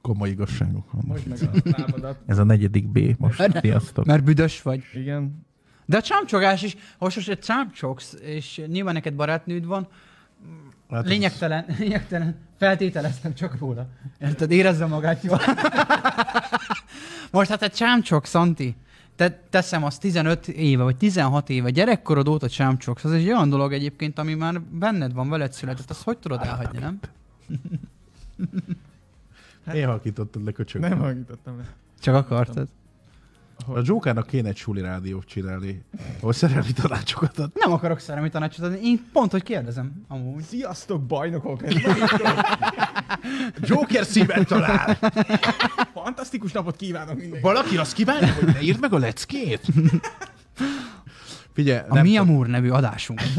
[SPEAKER 2] komoly igazságok vannak.
[SPEAKER 4] most meg a lábadat,
[SPEAKER 2] Ez a negyedik B, most sziasztok.
[SPEAKER 3] Mert büdös vagy.
[SPEAKER 4] igen,
[SPEAKER 3] De a csámcsogás is, ha most, most egy csámcsogsz, és nyilván neked barátnőd van,
[SPEAKER 2] Hát ez-
[SPEAKER 3] Lényegtelen, lényegtelen. Feltételeztem csak róla. Érted? Érezze magát jól. Most hát egy csámcsok, Szanti. Te, teszem azt 15 éve, vagy 16 éve, gyerekkorod óta csámcsoksz. Az egy olyan dolog egyébként, ami már benned van, veled született. Azt hogy tudod elhagyni, nem?
[SPEAKER 2] Én halkítottad le köcsög.
[SPEAKER 4] nem hangítottam le.
[SPEAKER 3] Csak akartad.
[SPEAKER 2] A Jokernak kéne egy suli rádiót csinálni, ahol szerelmi tanácsokat ad.
[SPEAKER 3] Nem akarok szerelmi tanácsot adni. Én pont, hogy kérdezem. Amúgy.
[SPEAKER 4] Sziasztok, bajnokok!
[SPEAKER 2] Joker szívet talál!
[SPEAKER 4] Fantasztikus napot kívánok mindenkinek!
[SPEAKER 2] Valaki azt kívánja, hogy ne írd meg a leckét? Figyelj,
[SPEAKER 3] A
[SPEAKER 2] nem
[SPEAKER 3] Mi
[SPEAKER 2] tudom.
[SPEAKER 3] Amúr nevű adásunk.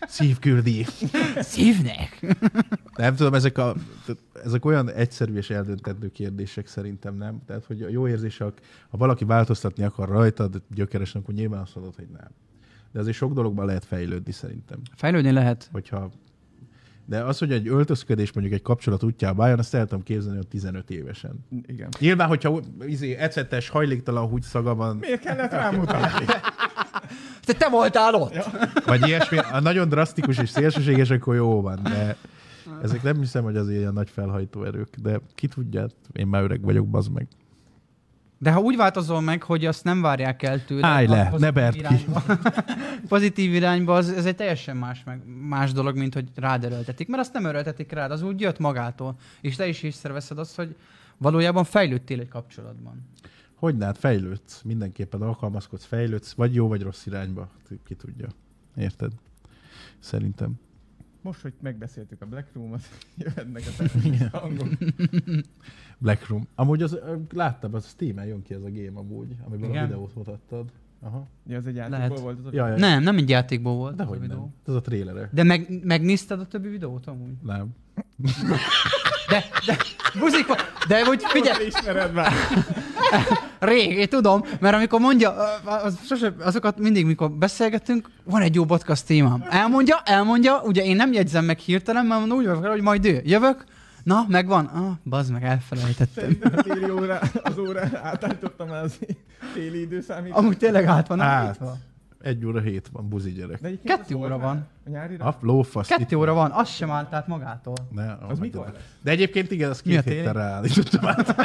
[SPEAKER 2] Szívküldi.
[SPEAKER 3] Szívnek!
[SPEAKER 2] Nem tudom, ezek, a, tehát ezek olyan egyszerű és eldöntető kérdések szerintem, nem? Tehát, hogy a jó érzés, ha, ha valaki változtatni akar rajtad gyökeresen, akkor nyilván azt mondod, hogy nem. De azért sok dologban lehet fejlődni szerintem.
[SPEAKER 3] Fejlődni lehet.
[SPEAKER 2] Hogyha... De az, hogy egy öltözködés mondjuk egy kapcsolat útjába álljon, azt el tudom képzelni, hogy 15 évesen.
[SPEAKER 4] Igen.
[SPEAKER 2] Nyilván, hogyha ú- izé, ecetes, hajléktalan húgyszaga van,
[SPEAKER 4] Miért kellett rámutatni?
[SPEAKER 3] Te, te voltál ott!
[SPEAKER 2] vagy ilyesmi, a nagyon drasztikus és szélsőséges, akkor jó van, de ezek nem hiszem, hogy az ilyen nagy felhajtó erők, de ki tudja, én már öreg vagyok, bazd meg.
[SPEAKER 3] De ha úgy változol meg, hogy azt nem várják el tőle.
[SPEAKER 2] Állj
[SPEAKER 3] a
[SPEAKER 2] le,
[SPEAKER 3] pozitív
[SPEAKER 2] ne berd ki.
[SPEAKER 3] irányba, pozitív irányba, az, ez egy teljesen más, meg, más dolog, mint hogy rád erőltetik. Mert azt nem erőltetik rád, az úgy jött magától. És te is észreveszed azt, hogy valójában fejlődtél egy kapcsolatban.
[SPEAKER 2] Hogy ne, hát fejlődsz, mindenképpen alkalmazkodsz, fejlődsz, vagy jó, vagy rossz irányba, Ki- ki tudja. Érted? Szerintem.
[SPEAKER 4] Most, hogy megbeszéltük a Black Room-ot, jöhetnek a technikai hangok.
[SPEAKER 2] Black Room. Amúgy az, ö, láttam, az Steam-en jön ki ez a game amúgy, amiből
[SPEAKER 3] Igen?
[SPEAKER 2] a videót mutattad. Aha.
[SPEAKER 4] Ja, az egy
[SPEAKER 3] Lehet.
[SPEAKER 4] játékból volt az a...
[SPEAKER 2] Ja, ja,
[SPEAKER 3] Nem, nem egy játékból volt
[SPEAKER 2] De
[SPEAKER 3] az a
[SPEAKER 2] hogy
[SPEAKER 3] videó.
[SPEAKER 2] nem. Ez a trélere.
[SPEAKER 3] De meg, megnézted a többi videót amúgy?
[SPEAKER 2] Nem.
[SPEAKER 3] De, de, buzik, de hogy figyelj,
[SPEAKER 4] Ismered már.
[SPEAKER 3] Rég, én tudom, mert amikor mondja, az, sose, azokat mindig, mikor beszélgetünk, van egy jó podcast témám. Elmondja, elmondja, ugye én nem jegyzem meg hirtelen, mert mondom, úgy vagyok vele, hogy majd ő. Jövök, na, megvan, ah, bazd meg, elfelejtettem.
[SPEAKER 4] Szerintem a téli órá, az órá átálltottam az téli időszámít.
[SPEAKER 3] Amúgy tényleg át van
[SPEAKER 2] Hát,
[SPEAKER 3] állítva.
[SPEAKER 2] egy óra hét van, buzi gyerek.
[SPEAKER 4] De egyébként
[SPEAKER 3] Kettő
[SPEAKER 4] az
[SPEAKER 3] óra
[SPEAKER 4] volt
[SPEAKER 3] van.
[SPEAKER 4] A nyárira?
[SPEAKER 2] A lófasz. itt-
[SPEAKER 3] Kettő óra van, az sem állt át magától.
[SPEAKER 2] Ne,
[SPEAKER 4] az
[SPEAKER 2] meg
[SPEAKER 4] mikor
[SPEAKER 2] tudom.
[SPEAKER 4] lesz?
[SPEAKER 2] De egyébként igen, az
[SPEAKER 3] Mi a
[SPEAKER 2] két héttel
[SPEAKER 3] téli?
[SPEAKER 2] ráállítottam át.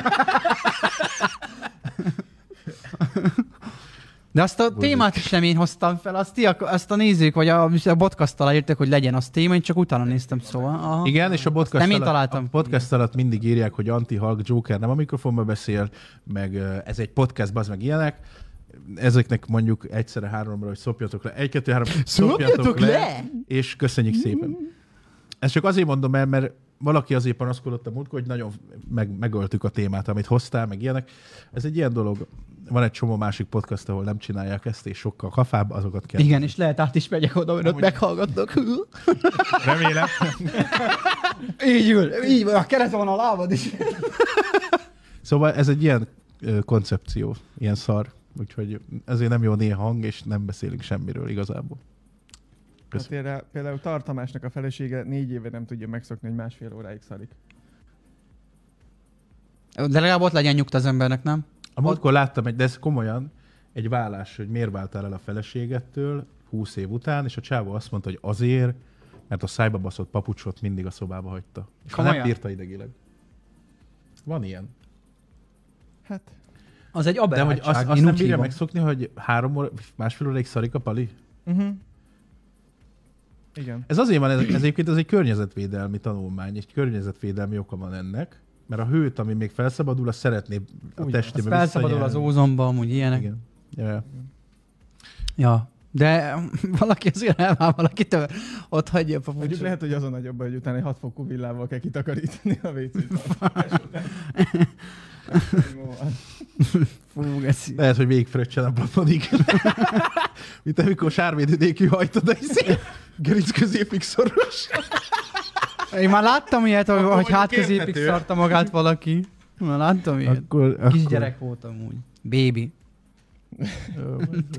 [SPEAKER 3] De azt a témát is nem én hoztam fel, azt, ti, ak- azt a nézők, vagy a, a podcast alá írtak, hogy legyen az téma, én csak utána néztem, szóval. Aha.
[SPEAKER 2] Igen, és a podcast,
[SPEAKER 3] nem én
[SPEAKER 2] alatt,
[SPEAKER 3] találtam
[SPEAKER 2] a
[SPEAKER 3] ki.
[SPEAKER 2] podcast alatt mindig írják, hogy anti-Hulk Joker nem a mikrofonba beszél, meg ö, ez egy podcast, bazd meg ilyenek. Ezeknek mondjuk egyszerre háromra, hogy szopjatok le. Egy, kettő, három,
[SPEAKER 3] Szopjatok le!
[SPEAKER 2] És köszönjük szépen. Ezt csak azért mondom el, mert valaki azért panaszkodott a múltkor, hogy nagyon meg, megöltük a témát, amit hoztál, meg ilyenek. Ez egy ilyen dolog. Van egy csomó másik podcast, ahol nem csinálják ezt, és sokkal kafább, azokat kell.
[SPEAKER 3] Igen, és lehet át is megyek oda, mert ott meghallgatnak.
[SPEAKER 2] Remélem.
[SPEAKER 3] így ül, így van, a keret van a lábad is.
[SPEAKER 2] Szóval ez egy ilyen ö, koncepció, ilyen szar. Úgyhogy ezért nem jó néha hang, és nem beszélünk semmiről igazából.
[SPEAKER 4] Hát
[SPEAKER 2] Köszönöm.
[SPEAKER 4] erre például Tartamásnak a felesége négy éve nem tudja megszokni, hogy másfél óráig szarik.
[SPEAKER 3] De legalább ott legyen nyugt az embernek, nem?
[SPEAKER 2] A múltkor láttam egy, de ez komolyan, egy vállás, hogy miért váltál el a feleségettől 20 év után, és a csávó azt mondta, hogy azért, mert a szájba baszott papucsot mindig a szobába hagyta. És már nem
[SPEAKER 3] Komolyan?
[SPEAKER 2] bírta idegileg. Van ilyen.
[SPEAKER 4] Hát,
[SPEAKER 3] Az egy
[SPEAKER 2] De hogy
[SPEAKER 3] aberrátság.
[SPEAKER 2] azt, azt
[SPEAKER 3] én
[SPEAKER 2] nem
[SPEAKER 3] úgy
[SPEAKER 2] bírja
[SPEAKER 3] hívom.
[SPEAKER 2] megszokni, hogy három óra, másfél óraig szarik a pali?
[SPEAKER 4] uh-huh. igen.
[SPEAKER 2] Ez azért van, ez, ez egyébként ez egy környezetvédelmi tanulmány, egy környezetvédelmi oka van ennek, mert a hőt, ami még felszabadul, azt szeretné a
[SPEAKER 4] Úgy,
[SPEAKER 3] Az
[SPEAKER 2] testébe
[SPEAKER 3] felszabadul az
[SPEAKER 2] visszanyelni.
[SPEAKER 3] ózonba, amúgy ilyenek. Igen.
[SPEAKER 2] Igen. Ja.
[SPEAKER 3] Ja. De valaki azért elvár, valaki tőle. Ott hagyja a
[SPEAKER 4] Mondjuk
[SPEAKER 3] papucsot.
[SPEAKER 4] lehet, hogy az a nagyobb, hogy utána egy 6 fokú villával kell kitakarítani a wc
[SPEAKER 3] Fú, geci.
[SPEAKER 2] Lehet, hogy végigfröccsen a plafonig. Mint amikor sárvédő nélkül hajtod a izé- gerinc középig szoros.
[SPEAKER 3] Én már láttam ilyet, hogy, hogy
[SPEAKER 2] mondjuk
[SPEAKER 3] hát középig
[SPEAKER 2] érthető.
[SPEAKER 3] szarta magát valaki. Már láttam ilyet.
[SPEAKER 2] Akkor, akkor...
[SPEAKER 3] Kisgyerek voltam úgy. Bébi.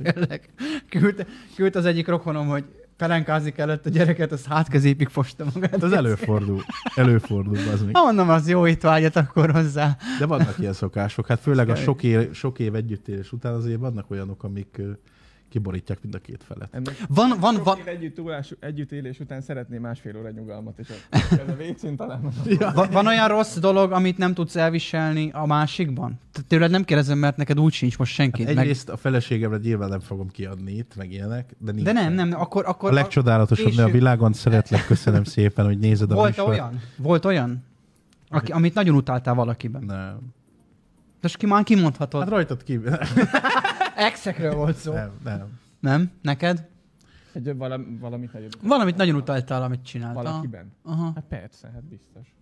[SPEAKER 3] Tényleg. Küldte, küldte az egyik rokonom, hogy pelenkázni kellett a gyereket, az hát középig fosta magát.
[SPEAKER 2] Hát az előfordul. Előfordul, az még.
[SPEAKER 3] Ha mondom, az jó étvágyat akkor hozzá.
[SPEAKER 2] De vannak ilyen szokások. Hát főleg a sok év, sok év együttélés után azért vannak olyanok, amik ö, kiborítják mind a két felet.
[SPEAKER 4] Ennek
[SPEAKER 3] Van, van,
[SPEAKER 4] Sok
[SPEAKER 3] van,
[SPEAKER 4] év együtt, túlás, együtt élés után szeretné másfél óra nyugalmat, és a- ez a WC-n talán van.
[SPEAKER 3] Va- van olyan rossz dolog, amit nem tudsz elviselni a másikban? Te- Tőled nem kérdezem, mert neked úgy sincs most senkit. meg...
[SPEAKER 2] Egyrészt a feleségemre nyilván nem fogom kiadni itt, meg ilyenek, de nincs.
[SPEAKER 3] De nem, nem, akkor... akkor
[SPEAKER 2] A legcsodálatosabb nő a
[SPEAKER 3] később-
[SPEAKER 2] világon, szeretlek, köszönöm szépen, hogy nézed a
[SPEAKER 3] Volt
[SPEAKER 2] műsort.
[SPEAKER 3] olyan? Volt olyan? Aki, amit nagyon utáltál valakiben.
[SPEAKER 2] Nem.
[SPEAKER 3] De most ki már kimondhatod.
[SPEAKER 2] Hát rajtad kívül.
[SPEAKER 3] Hát- Exekről volt szó.
[SPEAKER 2] Nem, nem.
[SPEAKER 3] Nem? Neked?
[SPEAKER 4] Egy valam, valamit nagyobb.
[SPEAKER 3] Valamit nagyon utáltál, amit csináltál.
[SPEAKER 4] Valakiben.
[SPEAKER 3] Aha.
[SPEAKER 4] Hát persze, hát biztos.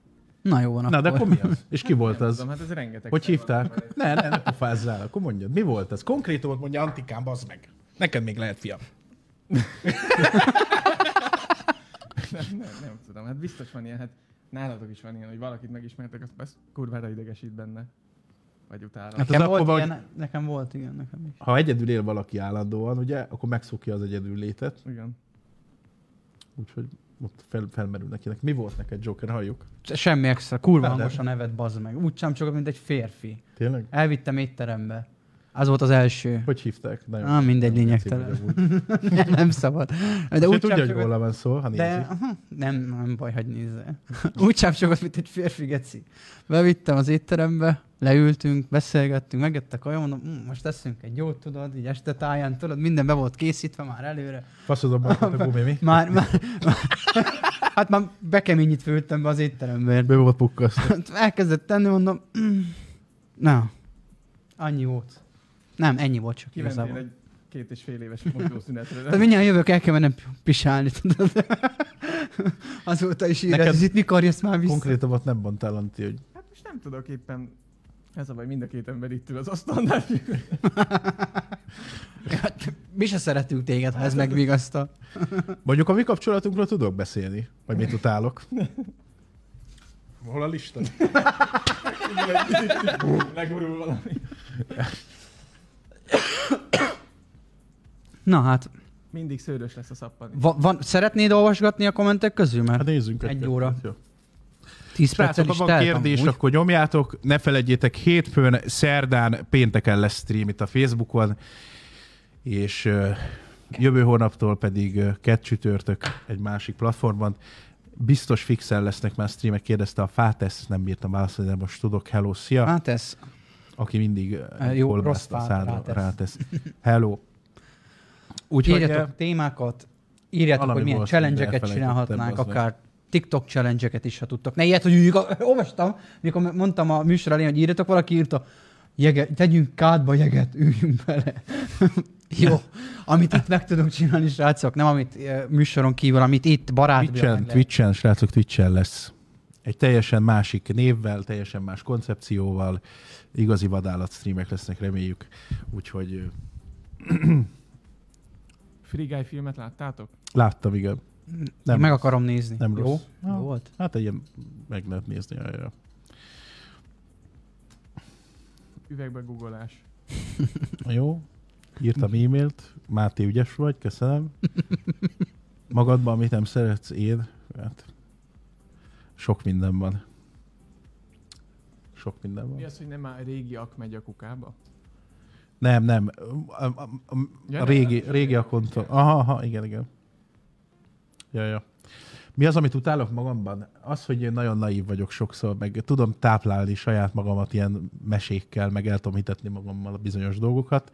[SPEAKER 3] Na jó van
[SPEAKER 2] Na,
[SPEAKER 3] akkor.
[SPEAKER 2] de akkor mi az? És ki volt
[SPEAKER 4] Nem
[SPEAKER 2] az?
[SPEAKER 4] Tudom, hát ez rengeteg.
[SPEAKER 2] Hogy
[SPEAKER 4] szem
[SPEAKER 2] hívták? Ne, ne, ne pofázzál, akkor mondjad. Mi volt az? Konkrétumot mondja Antikám, bazd meg. Neked még lehet, fiam.
[SPEAKER 4] Nem, nem, nem tudom, hát biztos van ilyen, hát nálatok is van ilyen, hogy valakit megismertek, az, az kurvára idegesít benne. Vagy utána.
[SPEAKER 2] Hát az
[SPEAKER 4] Hát,
[SPEAKER 3] Nekem
[SPEAKER 2] akkor,
[SPEAKER 3] volt,
[SPEAKER 2] hogy
[SPEAKER 3] ilyen, nekem volt, igen, nekem is.
[SPEAKER 2] ha egyedül él valaki állandóan, ugye, akkor megszokja az egyedül létet,
[SPEAKER 4] Igen.
[SPEAKER 2] úgyhogy ott fel, felmerül neki. Mi volt neked, Joker, halljuk?
[SPEAKER 3] Semmi extra, kurva
[SPEAKER 2] Hát de-
[SPEAKER 3] hangos a nevet, bazd meg. Úgy sem csak, mint egy férfi.
[SPEAKER 2] Tényleg?
[SPEAKER 3] Elvittem étterembe. Az volt az első.
[SPEAKER 2] Hogy hívták? Nagyon
[SPEAKER 3] Á, mindegy,
[SPEAKER 2] nagyon
[SPEAKER 3] lényegtelen.
[SPEAKER 2] tetszik, hogy amúgy.
[SPEAKER 3] nem szabad.
[SPEAKER 2] De
[SPEAKER 3] De
[SPEAKER 2] úgy
[SPEAKER 3] úgy
[SPEAKER 2] tudja, hogy
[SPEAKER 3] csápcsogott,
[SPEAKER 2] róla van szó, ha
[SPEAKER 3] de
[SPEAKER 2] nézi.
[SPEAKER 3] aha, nem, nem baj, hogy nézze. úgy csápcsogott, mint egy férfi geci. Bevittem az étterembe, leültünk, beszélgettünk, megjött a kaja, mondom, "Mm, most teszünk egy jót, tudod, így este táján, tudod, minden be volt készítve már előre.
[SPEAKER 2] Faszodom magad a gumi, mi?
[SPEAKER 3] Már, már, már hát már bekeményítve ültem be az étterembe, mert
[SPEAKER 2] Be volt pukkasztva.
[SPEAKER 3] elkezdett tenni, mondom, mm, na, annyi volt. Nem, ennyi volt csak
[SPEAKER 4] Kimentél
[SPEAKER 3] igazából.
[SPEAKER 4] egy két és fél éves mozgószünetre.
[SPEAKER 2] Hát
[SPEAKER 3] Tehát
[SPEAKER 4] nem?
[SPEAKER 3] mindjárt jövök, el kell mennem pisálni, tudod. Azóta is írja,
[SPEAKER 2] Neked
[SPEAKER 3] ez itt mikor jössz már vissza.
[SPEAKER 2] Konkrétabbat nem mondtál, Antti, hogy
[SPEAKER 4] Hát most nem tudok éppen... Ez a baj, mind a két ember itt ül az asztalnál.
[SPEAKER 3] Hát, Mi se szeretünk téged,
[SPEAKER 2] Hát,
[SPEAKER 3] ha ez megvigasztal.
[SPEAKER 2] Mondjuk a mi kapcsolatunkról tudok beszélni, vagy mit utálok. Hol a lista?
[SPEAKER 3] Hát
[SPEAKER 4] Legurul valami.
[SPEAKER 3] Na hát,
[SPEAKER 4] Mindig szőrös lesz a szappani.
[SPEAKER 3] va- van, szeretnéd olvasgatni a kommentek közül?
[SPEAKER 2] Hát
[SPEAKER 3] Mert
[SPEAKER 2] nézzünk.
[SPEAKER 3] Egy
[SPEAKER 2] ötlet,
[SPEAKER 3] óra.
[SPEAKER 2] jó.
[SPEAKER 3] 10 perccel
[SPEAKER 2] Hát, Srácok,
[SPEAKER 3] is
[SPEAKER 2] ha van
[SPEAKER 3] telt
[SPEAKER 2] kérdés,
[SPEAKER 3] amúgy.
[SPEAKER 2] akkor nyomjátok. Ne felejtjétek, hétfőn, szerdán, pénteken lesz stream itt a Facebookon, és ö, jövő hónaptól pedig ö, kett csütörtök egy másik platformon. Biztos fixen lesznek már streamek, kérdezte a Fátesz, nem bírtam válaszolni, de most tudok. Hello, szia!
[SPEAKER 3] Hát ez,
[SPEAKER 2] aki mindig eh,
[SPEAKER 3] jó,
[SPEAKER 2] kolbászt
[SPEAKER 3] rossz
[SPEAKER 2] a
[SPEAKER 3] fát
[SPEAKER 2] szádra
[SPEAKER 3] rátesz.
[SPEAKER 2] rátesz. Hello. Úgyhogy eh,
[SPEAKER 3] írjatok témákat, írjatok,
[SPEAKER 2] valami
[SPEAKER 3] hogy milyen
[SPEAKER 2] volt, de
[SPEAKER 3] challenge-eket
[SPEAKER 2] elfelejtettem,
[SPEAKER 3] csinálhatnánk,
[SPEAKER 2] bazd meg.
[SPEAKER 3] akár TikTok challenge-eket is, ha tudtok. Ne ilyet, hogy üljük, a- olvastam, mikor mondtam a műsor elején, hogy írjatok, valaki írta, jege, tegyünk kádba jeget, üljünk bele. Jó, amit itt meg tudunk csinálni, srácok, nem amit eh, műsoron kívül, amit itt barátban.
[SPEAKER 2] Twitchen, Twitchen, srácok, Twitchen lesz. Egy teljesen másik névvel, teljesen más koncepcióval, igazi vadállat streamek lesznek, reméljük. Úgyhogy eh,
[SPEAKER 4] Free Guy filmet láttátok?
[SPEAKER 2] láttam, igen.
[SPEAKER 3] Nem
[SPEAKER 2] Nem
[SPEAKER 3] meg
[SPEAKER 2] rossz.
[SPEAKER 3] akarom nézni.
[SPEAKER 2] Nem
[SPEAKER 3] Jó?
[SPEAKER 2] rossz.
[SPEAKER 3] Jó volt?
[SPEAKER 2] Hát egy ilyen meg lehet nézni arra.
[SPEAKER 4] Üvegbe googolás.
[SPEAKER 2] Jó. Írtam e-mailt. Máté, ügyes vagy, köszönöm. Magadban, amit nem szeretsz, én. Hát, sok minden van. Sok minden van.
[SPEAKER 4] Mi az, hogy nem már régiak megy a kukába?
[SPEAKER 2] Nem, nem. A, a, a,
[SPEAKER 4] Ja,
[SPEAKER 2] a
[SPEAKER 4] nem,
[SPEAKER 2] régi,
[SPEAKER 4] nem,
[SPEAKER 2] régi
[SPEAKER 4] nem,
[SPEAKER 2] akontól.
[SPEAKER 4] igen.
[SPEAKER 2] Aha, aha, igen, igen. Ja, ja. Mi az, amit utálok magamban? Az, hogy én nagyon naív vagyok sokszor, meg tudom táplálni saját magamat ilyen mesékkel, meg el tudom hitetni magammal a bizonyos dolgokat.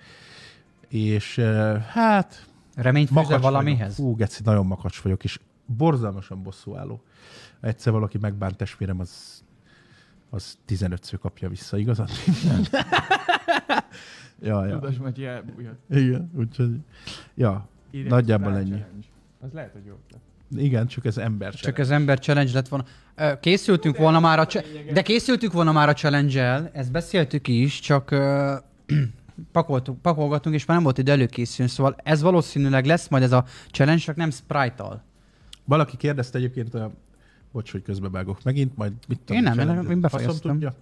[SPEAKER 2] És eh, hát
[SPEAKER 3] Reményt fűzel
[SPEAKER 2] makacs
[SPEAKER 3] valamihez?
[SPEAKER 2] Vagyok. Fú, geci, nagyon makacs vagyok, és borzalmasan bosszú álló. Egyszer valaki megbánt testvérem, az, az 15-ször kapja vissza, igazad? ja, ja.
[SPEAKER 4] Tudas Matyi elbújhat.
[SPEAKER 2] Igen, úgyhogy... Ja,
[SPEAKER 4] Írják,
[SPEAKER 2] Nagyjából
[SPEAKER 4] Ryan
[SPEAKER 2] ennyi.
[SPEAKER 4] Challenge. Az lehet, hogy jó ötlet.
[SPEAKER 2] igen, csak ez ember.
[SPEAKER 3] Csak az ember challenge lett volna. Ö, Készültünk volna már a... cse- De készültünk volna már a challenge-el, ezt beszéltük is, csak ö, pakoltuk, pakolgatunk, és már nem volt idő előkészülni, szóval ez valószínűleg lesz majd ez a challenge, csak nem Sprite-tal.
[SPEAKER 2] Valaki kérdezte egyébként a... Bocs, hogy közbevágok megint, majd mit tudom.
[SPEAKER 3] Én nem, én-
[SPEAKER 2] csinálni.
[SPEAKER 3] én befejeztem.
[SPEAKER 2] Faszom tudja.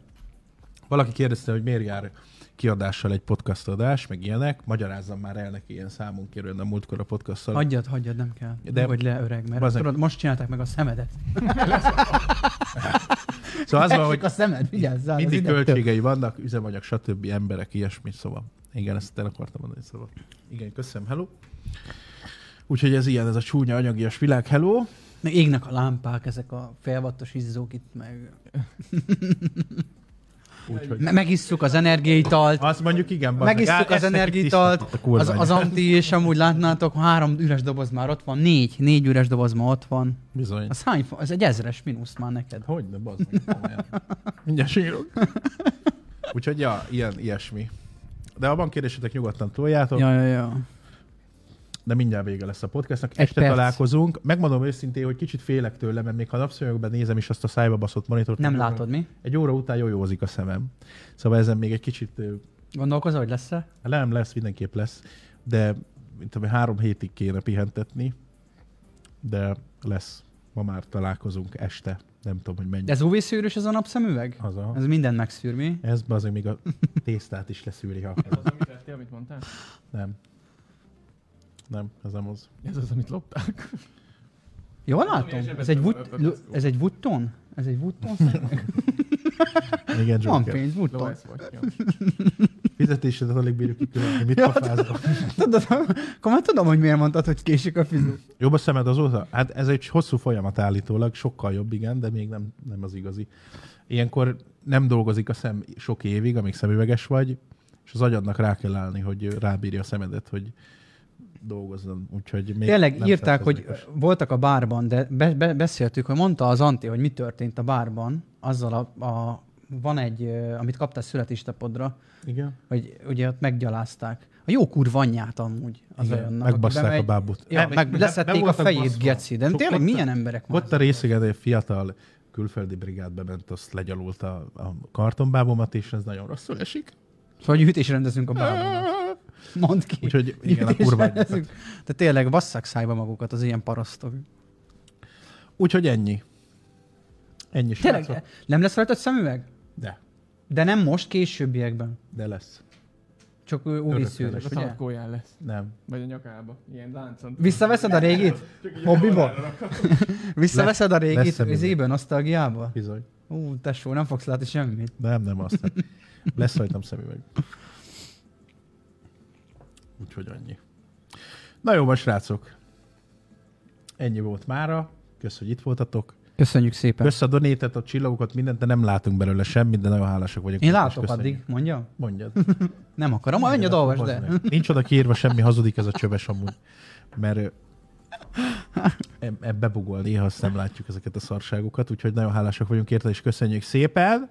[SPEAKER 2] Valaki kérdezte, hogy miért jár kiadással egy podcast adás, meg ilyenek. Magyarázzam már el neki ilyen számunk kérően a múltkor a podcasttal.
[SPEAKER 3] Hagyjad, hagyjad, nem kell. De
[SPEAKER 2] De-
[SPEAKER 3] hogy le öreg, mert
[SPEAKER 2] Bazeg.
[SPEAKER 3] tudod, most csinálták meg a szemedet.
[SPEAKER 2] Szóval az van, hogy
[SPEAKER 3] Esik a szemed, vigyázz rá, az
[SPEAKER 2] mindig
[SPEAKER 3] idektől.
[SPEAKER 2] költségei vannak, üzemanyag, stb. emberek, ilyesmi, szóval. Igen, ezt el akartam mondani, szóval. Igen, köszönöm, hello. Úgyhogy ez ilyen, ez a csúnya anyagias világ, hello.
[SPEAKER 3] Meg égnek a lámpák, ezek a félvattos izzók itt, meg...
[SPEAKER 2] Úgyhogy...
[SPEAKER 3] Me- megisszuk az energiaitalt,
[SPEAKER 2] Azt mondjuk igen, bazd meg. Á,
[SPEAKER 3] Megisztuk az
[SPEAKER 2] ezt nekik
[SPEAKER 3] energitalt,
[SPEAKER 2] tisztítottak, kurva
[SPEAKER 3] az, az
[SPEAKER 2] anyja.
[SPEAKER 3] anti, és amúgy látnátok, három üres doboz már ott van, négy, négy üres doboz már ott van.
[SPEAKER 2] Bizony.
[SPEAKER 3] Az hány, fo- ez egy ezres mínusz már neked.
[SPEAKER 2] Hogy ne, bazd meg, komolyan. Mindjárt sírok. Úgyhogy ja, ilyen, ilyesmi. De ha van kérdésetek, nyugodtan toljátok, ja.
[SPEAKER 3] Ja, ja, ja.
[SPEAKER 2] de mindjárt vége lesz a podcastnak.
[SPEAKER 3] Egy
[SPEAKER 2] Egy este
[SPEAKER 3] perc.
[SPEAKER 2] találkozunk. Megmondom őszintén, hogy kicsit félek tőle, mert még ha napszemüvegben nézem is azt a szájba baszott monitort.
[SPEAKER 3] Nem
[SPEAKER 2] egy óra-
[SPEAKER 3] látod mi?
[SPEAKER 2] Egy óra után jójózik a szemem. Szóval ezen még egy kicsit, ö,
[SPEAKER 3] Gondolkozol, hogy lesz-e?
[SPEAKER 2] nem lesz, mindenképp lesz, de mint tudom, én, három hétig kéne pihentetni, de lesz. Ma már találkozunk este. Nem tudom, hogy mennyi.
[SPEAKER 3] De ez UV-szűrős ez a napszemüveg?
[SPEAKER 2] Haza.
[SPEAKER 3] Ez mindent megszűr, mi?
[SPEAKER 2] Ez bazeg még a tésztát is leszűri, ha
[SPEAKER 4] Ez
[SPEAKER 2] akarod.
[SPEAKER 4] az, amit lettél, amit mondtál?
[SPEAKER 2] Nem. Nem, ez nem az.
[SPEAKER 4] Ez az, amit lopták.
[SPEAKER 3] Jól
[SPEAKER 4] Tudom,
[SPEAKER 3] látom?
[SPEAKER 4] ilyen zsebedben
[SPEAKER 3] Ez egy,
[SPEAKER 4] maradt
[SPEAKER 3] wood,
[SPEAKER 4] a
[SPEAKER 3] lu-
[SPEAKER 4] Tesco.
[SPEAKER 3] ez egy Woodton? Ez egy Woodton? szemüveg?
[SPEAKER 2] Igen,
[SPEAKER 3] Van
[SPEAKER 2] Joker.
[SPEAKER 3] pénz, Woodton.
[SPEAKER 4] Lois vagy. jó.
[SPEAKER 2] Fizetésedet alig bírjuk kikülönni, mit pofázol.
[SPEAKER 3] Tudod, akkor már tudom, hogy miért mondtad, hogy késik a fizu.
[SPEAKER 2] Jobb a szemed azóta? Hát ez egy hosszú folyamat állítólag, sokkal jobb, igen, de még nem, nem az igazi. Ilyenkor nem dolgozik a szem sok évig, amíg szemüveges vagy, és az agyadnak rá kell állni, hogy rábírja a szemedet, hogy dolgozzon. Úgyhogy még
[SPEAKER 3] Tényleg
[SPEAKER 2] nem
[SPEAKER 3] írták, hogy
[SPEAKER 2] feltétlenül.
[SPEAKER 3] voltak a bárban, de be, be, beszéltük, hogy mondta az Anti, hogy mi történt a bárban, azzal a, a van egy, ö, amit kaptál születésnapodra,
[SPEAKER 2] Igen.
[SPEAKER 3] hogy ugye ott meggyalázták. A jó kurva anyját amúgy az
[SPEAKER 2] Igen,
[SPEAKER 3] olyannak. aki
[SPEAKER 2] megbasszák
[SPEAKER 3] bemegy-
[SPEAKER 2] a bábot.
[SPEAKER 3] Ja,
[SPEAKER 2] Nem,
[SPEAKER 3] meg
[SPEAKER 2] be-
[SPEAKER 3] leszették
[SPEAKER 2] be
[SPEAKER 3] a
[SPEAKER 2] voltak
[SPEAKER 3] fejét,
[SPEAKER 2] basszva.
[SPEAKER 3] geci. De
[SPEAKER 2] Sok-
[SPEAKER 3] tényleg
[SPEAKER 2] ott-
[SPEAKER 3] milyen emberek
[SPEAKER 2] Ott
[SPEAKER 3] vannak?
[SPEAKER 2] a részegen egy fiatal külföldi brigádbe ment, azt legyalult a, a kartonbábomat, és ez nagyon rosszul esik.
[SPEAKER 3] Szóval hogy ütésre rendezünk a bárban. Mondd ki.
[SPEAKER 2] Úgyhogy igen, a
[SPEAKER 3] Ütésre
[SPEAKER 2] kurva anyjukat.
[SPEAKER 3] rendezünk. De tényleg basszák szájba magukat az ilyen parasztok.
[SPEAKER 2] Úgyhogy ennyi. Ennyi srácok.
[SPEAKER 3] Tényleg, nem lesz rajtad szemüveg?
[SPEAKER 2] De,
[SPEAKER 3] De nem most, későbbiekben.
[SPEAKER 2] de lesz.
[SPEAKER 3] Csak ő UV
[SPEAKER 2] Örökre
[SPEAKER 3] szűrös,
[SPEAKER 4] A
[SPEAKER 3] ugye?
[SPEAKER 4] tarkóján lesz.
[SPEAKER 2] Nem.
[SPEAKER 4] Vagy a nyakába. Ilyen láncon.
[SPEAKER 3] Visszaveszed a régit? Hobbiba? Visszaveszed a
[SPEAKER 2] lesz
[SPEAKER 3] régit
[SPEAKER 2] szemüveg.
[SPEAKER 3] izében, nosztalgiába?
[SPEAKER 2] Bizony.
[SPEAKER 3] Ú, tesó, nem fogsz látni semmit.
[SPEAKER 2] Nem, nem azt. nem. Lesz rajtam szemüveg. Úgyhogy annyi. Na jó, van, srácok. Ennyi volt mára. Kösz, hogy itt voltatok.
[SPEAKER 3] Köszönjük szépen.
[SPEAKER 2] Kösz a donétet, a csillagokat, mindent, de nem látunk belőle semmit, de nagyon hálásak vagyok.
[SPEAKER 3] Én
[SPEAKER 2] És
[SPEAKER 3] látok
[SPEAKER 2] köszönjük.
[SPEAKER 3] addig, mondja?
[SPEAKER 2] Mondjad.
[SPEAKER 3] Nem akarom, majd annyit olvasd,
[SPEAKER 2] Bazd
[SPEAKER 3] de.
[SPEAKER 2] meg. Nincs oda kiírva semmi, hazudik ez a csöves amúgy. Mert ö, eb- ebbe bugol néha, azt nem látjuk ezeket a szarságokat, úgyhogy nagyon hálásak vagyunk érte, és köszönjük szépen.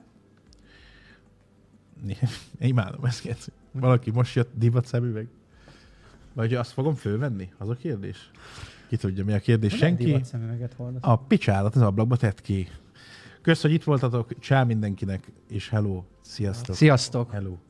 [SPEAKER 2] Imádom ezt, Geci. Valaki most jött divat szemüveg. Vagy azt fogom fölvenni? Az a kérdés? Ki tudja, mi a kérdés? Senki?
[SPEAKER 3] Divat szemüveget hordasz.
[SPEAKER 2] A picsádat az ablakba tett ki. Kösz, hogy itt voltatok. Csá mindenkinek, és hello. Sziasztok.
[SPEAKER 3] Sziasztok!
[SPEAKER 2] Hello.